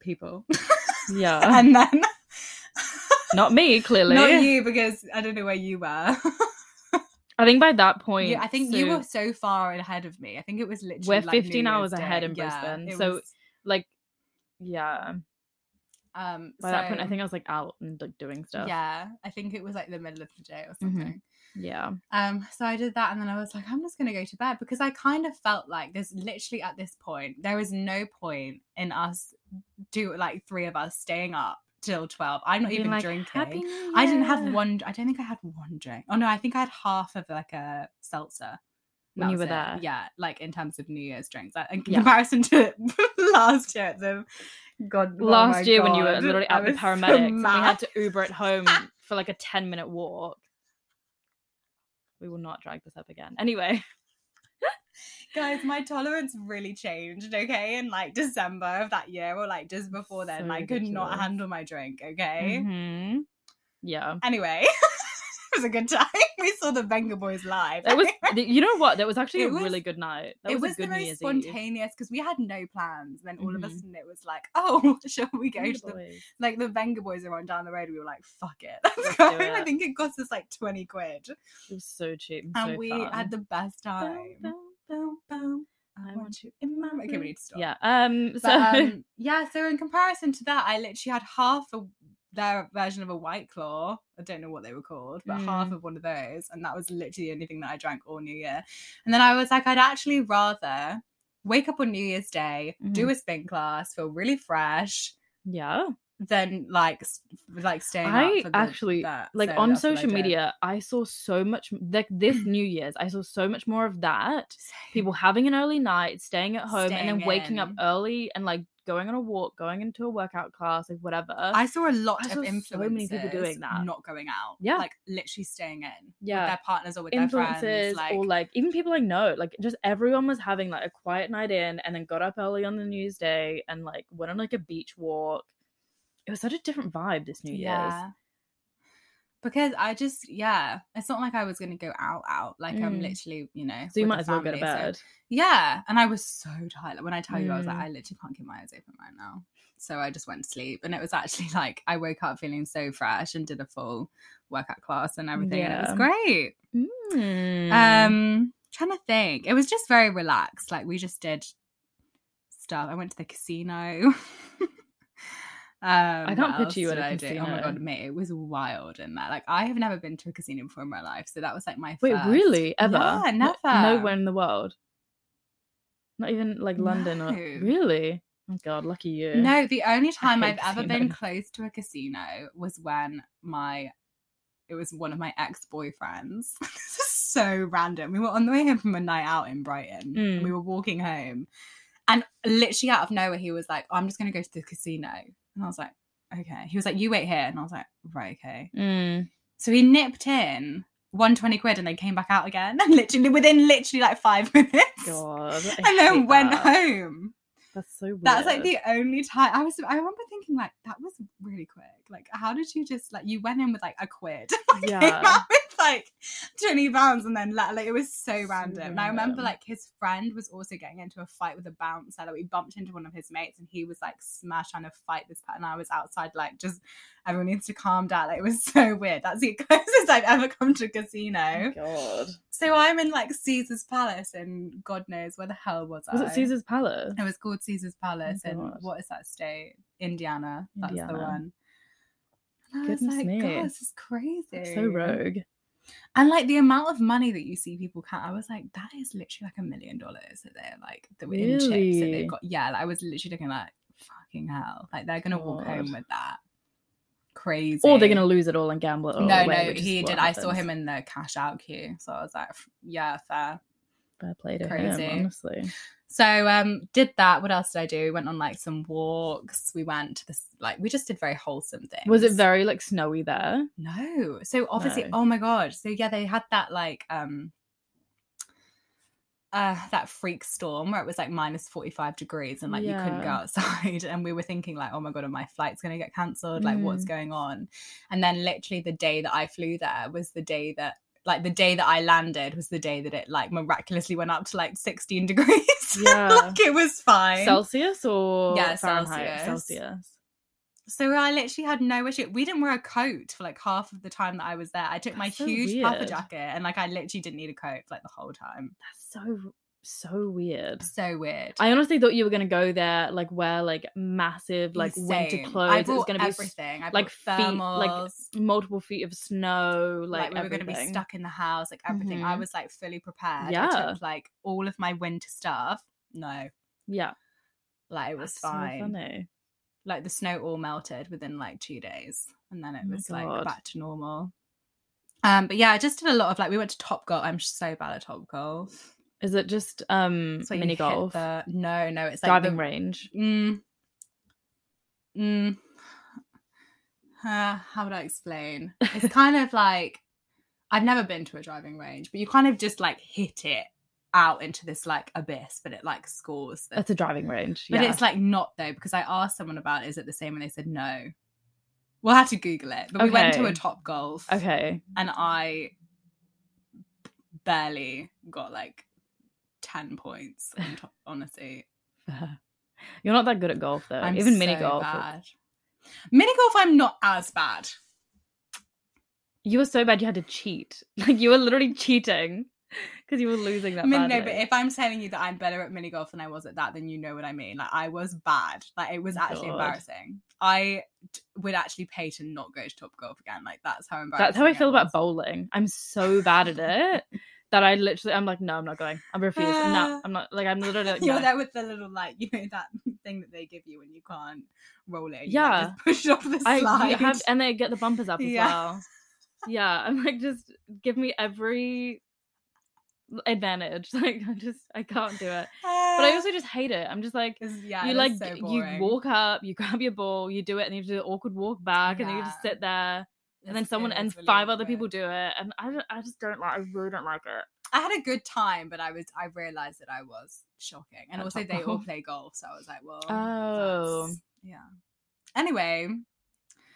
Speaker 1: people. [LAUGHS]
Speaker 2: Yeah.
Speaker 1: and then [LAUGHS]
Speaker 2: Not me, clearly.
Speaker 1: not you because I don't know where you were. [LAUGHS]
Speaker 2: I think by that point.
Speaker 1: You- I think you
Speaker 2: so,
Speaker 1: were so far ahead of me. I think it was literally
Speaker 2: We're
Speaker 1: like, New
Speaker 2: 15 hours
Speaker 1: Year's
Speaker 2: ahead
Speaker 1: Day.
Speaker 2: in
Speaker 1: Yeah,
Speaker 2: Brisbane,
Speaker 1: it
Speaker 2: so
Speaker 1: was,
Speaker 2: like yeah.
Speaker 1: um
Speaker 2: By that point I
Speaker 1: so,
Speaker 2: think I was like out and like doing stuff.
Speaker 1: Yeah, I think it was like the middle of the day or
Speaker 2: Mhm.
Speaker 1: something.
Speaker 2: Yeah.
Speaker 1: Um, so I did that, and then I was like, I'm just gonna go to bed because I kind of felt like there's literally at this point there is no point in us do like three of us staying up till twelve. I'm not
Speaker 2: Being
Speaker 1: even
Speaker 2: like,
Speaker 1: drinking.
Speaker 2: "Happy New
Speaker 1: I didn't have
Speaker 2: Year,"
Speaker 1: one. I don't think I had one drink. Oh no, I think I had half of like a seltzer. and
Speaker 2: when
Speaker 1: that
Speaker 2: you were
Speaker 1: was it.
Speaker 2: there.
Speaker 1: yeah. Like in terms of New Year's drinks, like, in
Speaker 2: Yeah.
Speaker 1: comparison to [LAUGHS] last year, at the God, oh my
Speaker 2: Last year when you were
Speaker 1: God,
Speaker 2: literally
Speaker 1: I
Speaker 2: at the
Speaker 1: was so
Speaker 2: paramedics, and we
Speaker 1: mad.
Speaker 2: had to Uber it home for like a ten minute walk. We will not drag this up again. Anyway,
Speaker 1: guys my tolerance really changed okay in like december of that year or like just before then
Speaker 2: So
Speaker 1: i could not
Speaker 2: ridiculous.
Speaker 1: handle my drink okay
Speaker 2: Mhm.
Speaker 1: [LAUGHS]
Speaker 2: yeah,
Speaker 1: anyway it was a good time [LAUGHS] we saw the venga boys live
Speaker 2: that
Speaker 1: [LAUGHS]
Speaker 2: was. th- You know what? That was actually
Speaker 1: It
Speaker 2: a
Speaker 1: was-
Speaker 2: really good night. That
Speaker 1: it
Speaker 2: was,
Speaker 1: was
Speaker 2: a good
Speaker 1: the
Speaker 2: New
Speaker 1: most
Speaker 2: Year's Eve.
Speaker 1: spontaneous because we had no plans and then all of a
Speaker 2: Mhm.
Speaker 1: sudden it was like [LAUGHS] oh shall we go
Speaker 2: Wonder
Speaker 1: to the
Speaker 2: Boys.
Speaker 1: like the venga boys are on down the road we were like fuck it [LAUGHS]
Speaker 2: Let's
Speaker 1: let's
Speaker 2: do
Speaker 1: go i
Speaker 2: it.
Speaker 1: think it cost us like 20 quid
Speaker 2: It was so cheap and,
Speaker 1: and
Speaker 2: so
Speaker 1: we
Speaker 2: fun.
Speaker 1: had the best
Speaker 2: Boom,
Speaker 1: time
Speaker 2: boom.
Speaker 1: boom boom i,
Speaker 2: I
Speaker 1: want,
Speaker 2: want
Speaker 1: you in my okay we need to stop
Speaker 2: Yeah. Um. [LAUGHS] So
Speaker 1: But, um, yeah, so in comparison to that, I literally had half a their version of a white claw. I don't know what they were called, but
Speaker 2: Mm.
Speaker 1: half of one of those, and that was literally the only thing that I drank all New Year. And then I was like, I'd actually rather wake up on New Year's Day,
Speaker 2: Mm-hmm.
Speaker 1: do a spin class, feel really fresh,
Speaker 2: yeah.
Speaker 1: than like s- like staying.
Speaker 2: I
Speaker 1: up for the-
Speaker 2: actually,
Speaker 1: that.
Speaker 2: like
Speaker 1: So
Speaker 2: on
Speaker 1: that's what I
Speaker 2: social
Speaker 1: did.
Speaker 2: media, I saw so much m-
Speaker 1: [LAUGHS]
Speaker 2: like this New Year's. I saw so much more of that.
Speaker 1: Same.
Speaker 2: People having an early night, staying at home, and then
Speaker 1: Staying
Speaker 2: waking up
Speaker 1: in.
Speaker 2: early and like going on a walk, going into a workout class, like whatever.
Speaker 1: I saw a lot
Speaker 2: I
Speaker 1: of
Speaker 2: saw
Speaker 1: influencers
Speaker 2: so many people doing that.
Speaker 1: not going out.
Speaker 2: Yeah.
Speaker 1: like literally staying in.
Speaker 2: Yeah.
Speaker 1: with their partners or with their
Speaker 2: Influences
Speaker 1: friends. Like,
Speaker 2: or like even people I know, like just everyone was having like a quiet night in, and then got up early on the news day and like went on like a beach walk. It was such a different vibe this New Year's.
Speaker 1: Because I just, yeah, it's not like I was going to go out, out. Like I'm
Speaker 2: Mm.
Speaker 1: literally, you know.
Speaker 2: So you
Speaker 1: with
Speaker 2: might
Speaker 1: the
Speaker 2: as well go to
Speaker 1: family, so-
Speaker 2: bed.
Speaker 1: yeah. And I was so tired. Like, when I tell you, I was like,
Speaker 2: Mm.
Speaker 1: I literally can't keep my eyes open right now. So I just went to sleep. And it was actually [LAUGHS] like, I woke up feeling so fresh and did a full workout class and everything. And it was
Speaker 2: Yeah.
Speaker 1: great.
Speaker 2: Mm.
Speaker 1: Um, trying to think. It was just very relaxed. Like we just did stuff. I went to the casino. [LAUGHS] um, I
Speaker 2: can't picture you at a
Speaker 1: Oh my
Speaker 2: casino.
Speaker 1: god, mate, it was wild in there. Like I have never been to a casino before in my life, so that was like my
Speaker 2: Wait,
Speaker 1: first.
Speaker 2: really? Ever?
Speaker 1: Yeah,
Speaker 2: No-
Speaker 1: never.
Speaker 2: nowhere in the world. Not even like London or
Speaker 1: No.
Speaker 2: really? Oh god, lucky you.
Speaker 1: No, the only time
Speaker 2: hate
Speaker 1: I've ever been
Speaker 2: casinos.
Speaker 1: close to a casino was when my it was one of my ex-boyfriends. [LAUGHS] this is so random. We were on the way home from a night out in Brighton.
Speaker 2: Mm.
Speaker 1: And we were walking home and literally out of nowhere he was like, "Oh, "I'm just going to go to the casino." And I was like, "Okay." He was like, "You wait here." And I was like, "Right, okay." [LAUGHS]
Speaker 2: Mm.
Speaker 1: So he nipped in 120 quid and then came back out again. [LAUGHS] And literally within literally like 5 [LAUGHS] minutes.
Speaker 2: God. I
Speaker 1: And then
Speaker 2: hate
Speaker 1: went
Speaker 2: that.
Speaker 1: home.
Speaker 2: That's so weird.
Speaker 1: [LAUGHS] That's like the only time I was. I remember thinking like that was really quick. Like, how did you just like you went in with like a quid, [LAUGHS] came
Speaker 2: Yeah.
Speaker 1: out with like twenty pounds, and then left, like it was so
Speaker 2: So
Speaker 1: random. And I remember
Speaker 2: random.
Speaker 1: like his friend was also getting into a fight with a bouncer. Like we bumped into one of his mates, and he was like smash trying to fight this person. I was outside like just everyone needs to calm down. Like it was [LAUGHS] so weird. That's the closest I've ever come to a casino.
Speaker 2: Oh,
Speaker 1: [LAUGHS]
Speaker 2: God.
Speaker 1: So I'm in like Caesar's Palace, and God knows where the hell was,
Speaker 2: Was
Speaker 1: I?
Speaker 2: it Caesar's Palace?
Speaker 1: It was called Caesar's Palace in
Speaker 2: Oh God.
Speaker 1: what is that state? Indiana. That's the
Speaker 2: Indiana.
Speaker 1: one. And I was
Speaker 2: Goodness
Speaker 1: like,
Speaker 2: me.
Speaker 1: God, this is crazy.
Speaker 2: So rogue.
Speaker 1: And like the amount of money that you see people count, I was like, that is literally like a million dollars that they're like that were in checks that
Speaker 2: Really?
Speaker 1: they've got. Yeah, like, I was literally looking like fucking hell. Like they're gonna walk
Speaker 2: God.
Speaker 1: home with that. Crazy.
Speaker 2: Or they're gonna lose it all and gamble it all
Speaker 1: No,
Speaker 2: away,
Speaker 1: no,
Speaker 2: which is
Speaker 1: he
Speaker 2: what
Speaker 1: did. I saw
Speaker 2: happens.
Speaker 1: him in the cash out queue. So I was like, "F- yeah, fair.
Speaker 2: Fair play to
Speaker 1: Crazy.
Speaker 2: him, honestly.
Speaker 1: So um did that. What else did I do? We went on like some walks. We went to this like we just did very wholesome things.
Speaker 2: Was it very like snowy there?
Speaker 1: No. So obviously,
Speaker 2: No.
Speaker 1: oh my god. So yeah, they had that like um uh that freak storm where it was like minus 45 degrees and like you couldn't go
Speaker 2: Yeah.
Speaker 1: outside [LAUGHS] and we were thinking like oh my god are my flights going to get cancelled like what's
Speaker 2: Mm.
Speaker 1: going on and then literally the day that i flew there was the day that like the day that i landed was the day that it like miraculously went up to like 16 degrees [LAUGHS]
Speaker 2: Yeah.
Speaker 1: like it was fine
Speaker 2: Celsius or
Speaker 1: Yeah,
Speaker 2: Fahrenheit?
Speaker 1: Celsius.
Speaker 2: Celsius.
Speaker 1: So I literally had no issue. We didn't wear a coat for like half of the time that I was there. I took my
Speaker 2: That's so
Speaker 1: huge puffer
Speaker 2: weird.
Speaker 1: jacket and like I literally didn't need a coat for like the whole time.
Speaker 2: That's so so weird.
Speaker 1: So weird.
Speaker 2: I honestly thought you were gonna go there, like wear like massive, like
Speaker 1: Same.
Speaker 2: winter clothes.
Speaker 1: I
Speaker 2: it was
Speaker 1: bought
Speaker 2: gonna be s-
Speaker 1: everything. I
Speaker 2: like,
Speaker 1: like
Speaker 2: feet- like,
Speaker 1: thermals.
Speaker 2: multiple feet of snow, like,
Speaker 1: like, we were going to be
Speaker 2: everything.
Speaker 1: stuck in the house, like everything. I
Speaker 2: Mhm.
Speaker 1: was like fully prepared. I
Speaker 2: Yeah.
Speaker 1: took like all of my winter stuff. No,
Speaker 2: Yeah,
Speaker 1: like it was
Speaker 2: that's so
Speaker 1: fine.
Speaker 2: funny.
Speaker 1: like the snow all melted within like two days and then it
Speaker 2: Oh my
Speaker 1: was like
Speaker 2: God.
Speaker 1: back to normal um but yeah i just did a lot of like we went to top golf i'm so bad at top golf
Speaker 2: Is it just um
Speaker 1: It's where you
Speaker 2: mini
Speaker 1: hit
Speaker 2: golf,
Speaker 1: the- no no it's like
Speaker 2: driving
Speaker 1: the,
Speaker 2: range?
Speaker 1: mm, mm, uh, how would i explain
Speaker 2: [LAUGHS]
Speaker 1: it's kind of like i've never been to a driving range but you kind of just like hit it out into this like abyss but it like scores the
Speaker 2: That's a driving range.
Speaker 1: But
Speaker 2: yeah.
Speaker 1: it's like not though, because I asked someone about is it the same and they said no. We'll have to Google it. But we went to a
Speaker 2: Okay.
Speaker 1: top golf
Speaker 2: okay.
Speaker 1: and I barely got like ten points
Speaker 2: [LAUGHS]
Speaker 1: on top, honestly.
Speaker 2: fair. You're not that good at golf though.
Speaker 1: I'm
Speaker 2: Uh, Even mini
Speaker 1: so
Speaker 2: golf.
Speaker 1: bad. Mini golf I'm not as bad.
Speaker 2: You were so bad you had to cheat. [LAUGHS] Like you were literally cheating because you were losing that
Speaker 1: I mean, no, but
Speaker 2: badly.
Speaker 1: if I'm telling you that I'm better at mini golf than I was at that, then you know what I mean. Like I was bad. Like it was actually
Speaker 2: Oh, God.
Speaker 1: embarrassing. I d- would actually pay to not go to top golf again. Like that's how embarrassing.
Speaker 2: That's how I
Speaker 1: it
Speaker 2: feel
Speaker 1: was.
Speaker 2: about bowling. I'm so bad at it that I literally, I'm like, no, I'm not going. I refuse.
Speaker 1: Ah. [SIGHS]
Speaker 2: no, I'm not. Like, I'm literally like,
Speaker 1: [LAUGHS] You're
Speaker 2: no.
Speaker 1: there with the little like you know that [LAUGHS] thing that they give you when you can't roll it. you,
Speaker 2: Yeah.
Speaker 1: like, just push it off the
Speaker 2: I you
Speaker 1: slide. [LAUGHS]
Speaker 2: have, and they get the bumpers up as
Speaker 1: Yeah.
Speaker 2: well. Yeah, I'm like, just give me every advantage. [LAUGHS] Like, I just, I can't do it. But
Speaker 1: [SIGHS]
Speaker 2: I
Speaker 1: [LAUGHS]
Speaker 2: also just hate it. I'm just like,
Speaker 1: It's- yeah,
Speaker 2: you
Speaker 1: it
Speaker 2: like,
Speaker 1: is so
Speaker 2: you
Speaker 1: boring.
Speaker 2: walk up, you grab your ball, you do it, and you have to do the awkward walk back, and then you just
Speaker 1: Yeah.
Speaker 2: sit there.
Speaker 1: It's-
Speaker 2: And then someone
Speaker 1: it
Speaker 2: and
Speaker 1: is really
Speaker 2: five other
Speaker 1: awkward.
Speaker 2: people do it, and I, don't, I just don't like. I really don't like it.
Speaker 1: I had a good time, but I was I realized that I was shocking, and
Speaker 2: At
Speaker 1: also
Speaker 2: top
Speaker 1: they all
Speaker 2: golf.
Speaker 1: play golf, so I was like, well,
Speaker 2: Oh.
Speaker 1: that's- yeah. Anyway,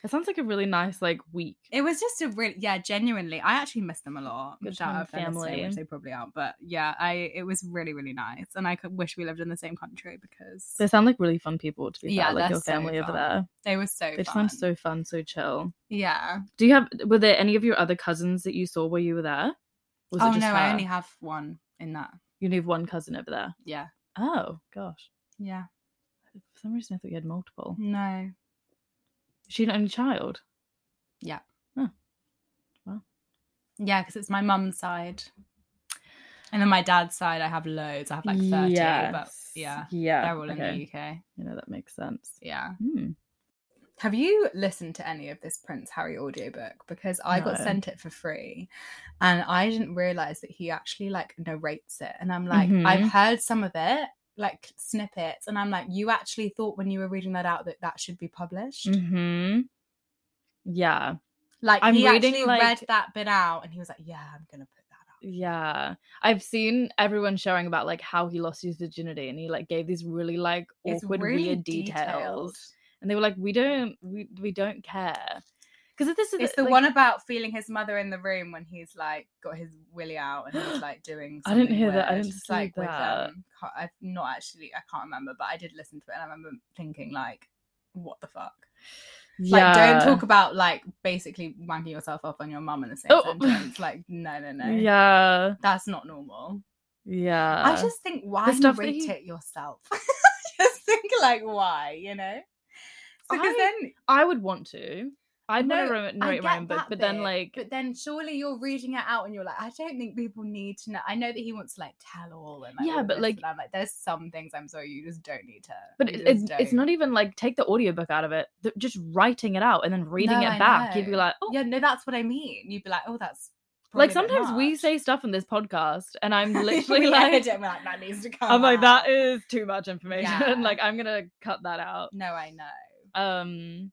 Speaker 2: It sounds like a really nice like week.
Speaker 1: it was just a really yeah, genuinely. I actually miss them a lot.
Speaker 2: Good
Speaker 1: Shout
Speaker 2: time
Speaker 1: out if they're listening,
Speaker 2: family.
Speaker 1: which they probably aren't, but yeah, I it was really really nice, and I could, wish we lived in the same country because
Speaker 2: They sound like really fun people to be
Speaker 1: Yeah,
Speaker 2: fair. Like
Speaker 1: they're
Speaker 2: your
Speaker 1: so
Speaker 2: family over
Speaker 1: fun.
Speaker 2: there.
Speaker 1: they were so.
Speaker 2: They just sound so fun, so chill.
Speaker 1: yeah.
Speaker 2: Do you have were there any of your other cousins that you saw while you were there? Was
Speaker 1: oh no, I
Speaker 2: her?
Speaker 1: only have one in that.
Speaker 2: you knew one cousin over there.
Speaker 1: Yeah.
Speaker 2: Oh gosh.
Speaker 1: Yeah.
Speaker 2: For some reason I thought you had multiple.
Speaker 1: Hmm. No.
Speaker 2: Is she an only child?
Speaker 1: Yeah, because it's my mum's side. And then my dad's side, I have loads. I have like 30, but
Speaker 2: Yes.
Speaker 1: yeah,
Speaker 2: Yeah.
Speaker 1: they're all
Speaker 2: okay.
Speaker 1: in the UK.
Speaker 2: You know that makes sense.
Speaker 1: Yeah.
Speaker 2: Hmm.
Speaker 1: Have you listened to any of this Prince Harry audiobook? Because I got
Speaker 2: No.
Speaker 1: sent it for free and I didn't realize that he actually like narrates it. And I'm like, I've
Speaker 2: Mhm.
Speaker 1: heard some of it, like snippets. And I'm like, you actually thought when you were reading that out that that should be published?
Speaker 2: Mhm. Yeah.
Speaker 1: Like
Speaker 2: I'm
Speaker 1: he
Speaker 2: reading,
Speaker 1: actually
Speaker 2: like-
Speaker 1: read that bit out, and he was like, "Yeah, I'm gonna put that
Speaker 2: Yeah. I've seen everyone sharing about like how he lost his virginity and he like gave these really like
Speaker 1: out."
Speaker 2: awkward weird details. and they were like we don't we, we don't care because this is
Speaker 1: It's the
Speaker 2: like,
Speaker 1: one about feeling his mother in the room when he's like got his willy out and he's like doing.
Speaker 2: [GASPS] I didn't
Speaker 1: something
Speaker 2: hear that, I
Speaker 1: weird,
Speaker 2: didn't
Speaker 1: just,
Speaker 2: see
Speaker 1: like with
Speaker 2: that.
Speaker 1: um, ca- I've not actually. I can't remember, but I did listen to it, and I remember thinking like, "What the fuck." Like, don't talk about like basically wanking yourself off on your mum in the same
Speaker 2: Oh.
Speaker 1: sentence. Like, no, no, no,
Speaker 2: [LAUGHS] yeah
Speaker 1: that's not normal.
Speaker 2: yeah
Speaker 1: I just think why
Speaker 2: uh, stuff that
Speaker 1: narrate
Speaker 2: he-
Speaker 1: it yourself? [LAUGHS] just think like why, you know? Because
Speaker 2: I-
Speaker 1: then
Speaker 2: I would want to I'd want
Speaker 1: No,
Speaker 2: to
Speaker 1: I
Speaker 2: narrate my
Speaker 1: get
Speaker 2: own book,
Speaker 1: that
Speaker 2: but then
Speaker 1: bit,
Speaker 2: like
Speaker 1: but then surely you're reading it out and you're like, I don't think people need to know. I know that he wants to like tell all and like, all
Speaker 2: Yeah, but,
Speaker 1: this,
Speaker 2: like-
Speaker 1: and I'm like, there's some things I'm sorry you just don't need to.
Speaker 2: But
Speaker 1: you
Speaker 2: it,
Speaker 1: just
Speaker 2: it's it's
Speaker 1: don't."
Speaker 2: not even like take the audiobook out of it. th- just writing it out and then reading
Speaker 1: No,
Speaker 2: it
Speaker 1: I
Speaker 2: back. You'd be
Speaker 1: know.
Speaker 2: like, oh,
Speaker 1: Yeah, no, that's what I mean. You'd be like, oh, that's
Speaker 2: like
Speaker 1: probably a bit
Speaker 2: sometimes we
Speaker 1: much. [LAUGHS]
Speaker 2: say stuff in this podcast, and I'm
Speaker 1: We
Speaker 2: literally
Speaker 1: edit
Speaker 2: like,
Speaker 1: it, [LAUGHS] we're like, that
Speaker 2: [LAUGHS]
Speaker 1: needs to come.
Speaker 2: I'm like, that
Speaker 1: out."
Speaker 2: is too much information. [LAUGHS]
Speaker 1: Yeah.
Speaker 2: like I'm gonna cut that out.
Speaker 1: No, I know.
Speaker 2: [LAUGHS] Um,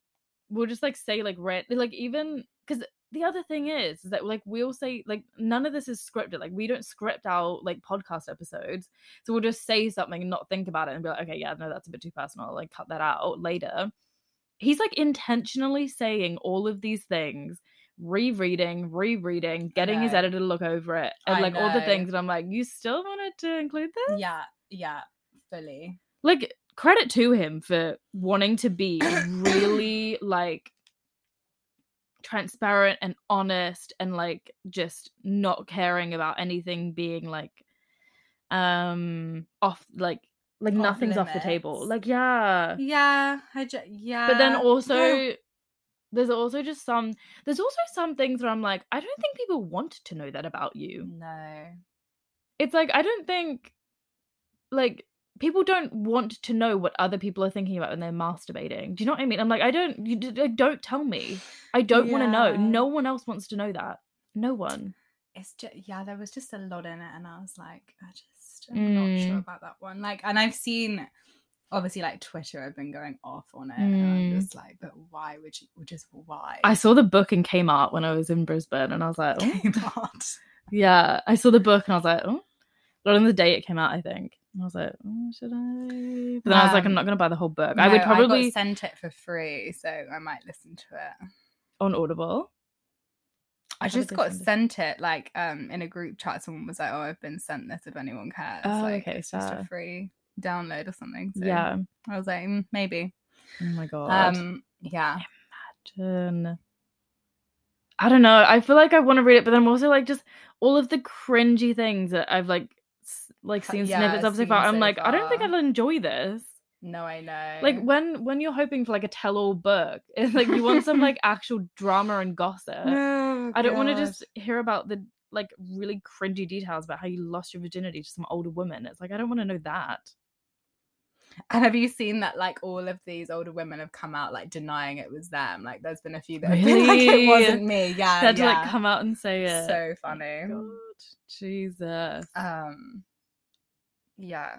Speaker 2: we'll just like say like rant, like even because the other thing is, is that like we'll say like none of this is scripted. Like we don't script out like podcast episodes, so we'll just say something and not think about it and be like, okay, yeah, no, that's a bit too personal. Like cut that out later. He's like intentionally saying all of these things. Rereading, rereading, getting his
Speaker 1: know.
Speaker 2: editor to look over it, and
Speaker 1: I
Speaker 2: like all the
Speaker 1: know.
Speaker 2: things, and I'm like, you still wanted to include this?
Speaker 1: Yeah, yeah, fully.
Speaker 2: like credit to him for wanting
Speaker 1: [COUGHS]
Speaker 2: to be really like transparent and honest and like just not caring about anything being like um off like like
Speaker 1: Off
Speaker 2: nothing's off the table
Speaker 1: limits.
Speaker 2: like yeah
Speaker 1: Yeah, I ju- yeah.
Speaker 2: but then
Speaker 1: yeah.
Speaker 2: also there's also just some there's also some things where i'm like i don't think people want to know that about you
Speaker 1: no,
Speaker 2: it's like I don't think like people don't want to know what other people are thinking about when they're masturbating. Do you know what I mean? I'm like I don't you d- like don't tell me. I don't want to know.
Speaker 1: Yeah.
Speaker 2: No one else wants to know that. No one.
Speaker 1: it's just yeah there was just a lot in it and i was like i just i'm not sure
Speaker 2: Mm.
Speaker 1: about that one like and i've seen obviously like twitter i've been going off on it and i'm
Speaker 2: Mm.
Speaker 1: just like but why would you just why [LAUGHS]
Speaker 2: I saw the book in Kmart when I was in Brisbane and I was like, oh.
Speaker 1: came out
Speaker 2: yeah, I saw the book and I was like, oh. But on the day it came out, I think. And I was like, oh, should I? But then I was like, I'm
Speaker 1: Um,
Speaker 2: not going to buy the whole book. [LAUGHS] I would
Speaker 1: No,
Speaker 2: probably
Speaker 1: got sent it for free so i might listen to it
Speaker 2: on Audible.
Speaker 1: i
Speaker 2: How did
Speaker 1: just
Speaker 2: they
Speaker 1: got
Speaker 2: send it?
Speaker 1: sent it like um in a group chat someone was like oh i've been sent this if anyone cares
Speaker 2: Oh,
Speaker 1: like
Speaker 2: okay,
Speaker 1: it's just a
Speaker 2: fair.
Speaker 1: free download or something so
Speaker 2: Yeah.
Speaker 1: i was like "Mm, maybe
Speaker 2: Oh my god.
Speaker 1: um yeah
Speaker 2: Turn. I don't know. I feel like I want to read it, but then I'm also like just all of the cringy things that I've like s- like
Speaker 1: Cut-
Speaker 2: seen
Speaker 1: yeah,
Speaker 2: snippets of so
Speaker 1: seen
Speaker 2: far. I'm
Speaker 1: so
Speaker 2: like, I don't think
Speaker 1: far.
Speaker 2: I'll enjoy this.
Speaker 1: no i know
Speaker 2: Like when when you're hoping for like a tell-all book, [LAUGHS] it's like you want some
Speaker 1: [LAUGHS]
Speaker 2: like actual drama and gossip. [LAUGHS]
Speaker 1: no,
Speaker 2: I don't want to
Speaker 1: Oh, God.
Speaker 2: just hear about the like really cringy details about how you lost your virginity to some older woman. It's like I don't want to know that.
Speaker 1: [LAUGHS] And have you seen that like all of these older women have come out like denying it was them? Like there's been a few that have been like
Speaker 2: Really?
Speaker 1: it wasn't me.
Speaker 2: I
Speaker 1: Yeah.
Speaker 2: had to
Speaker 1: yeah.
Speaker 2: like come out and say it.
Speaker 1: so
Speaker 2: Oh my
Speaker 1: funny.
Speaker 2: God. Jesus.
Speaker 1: Um yeah.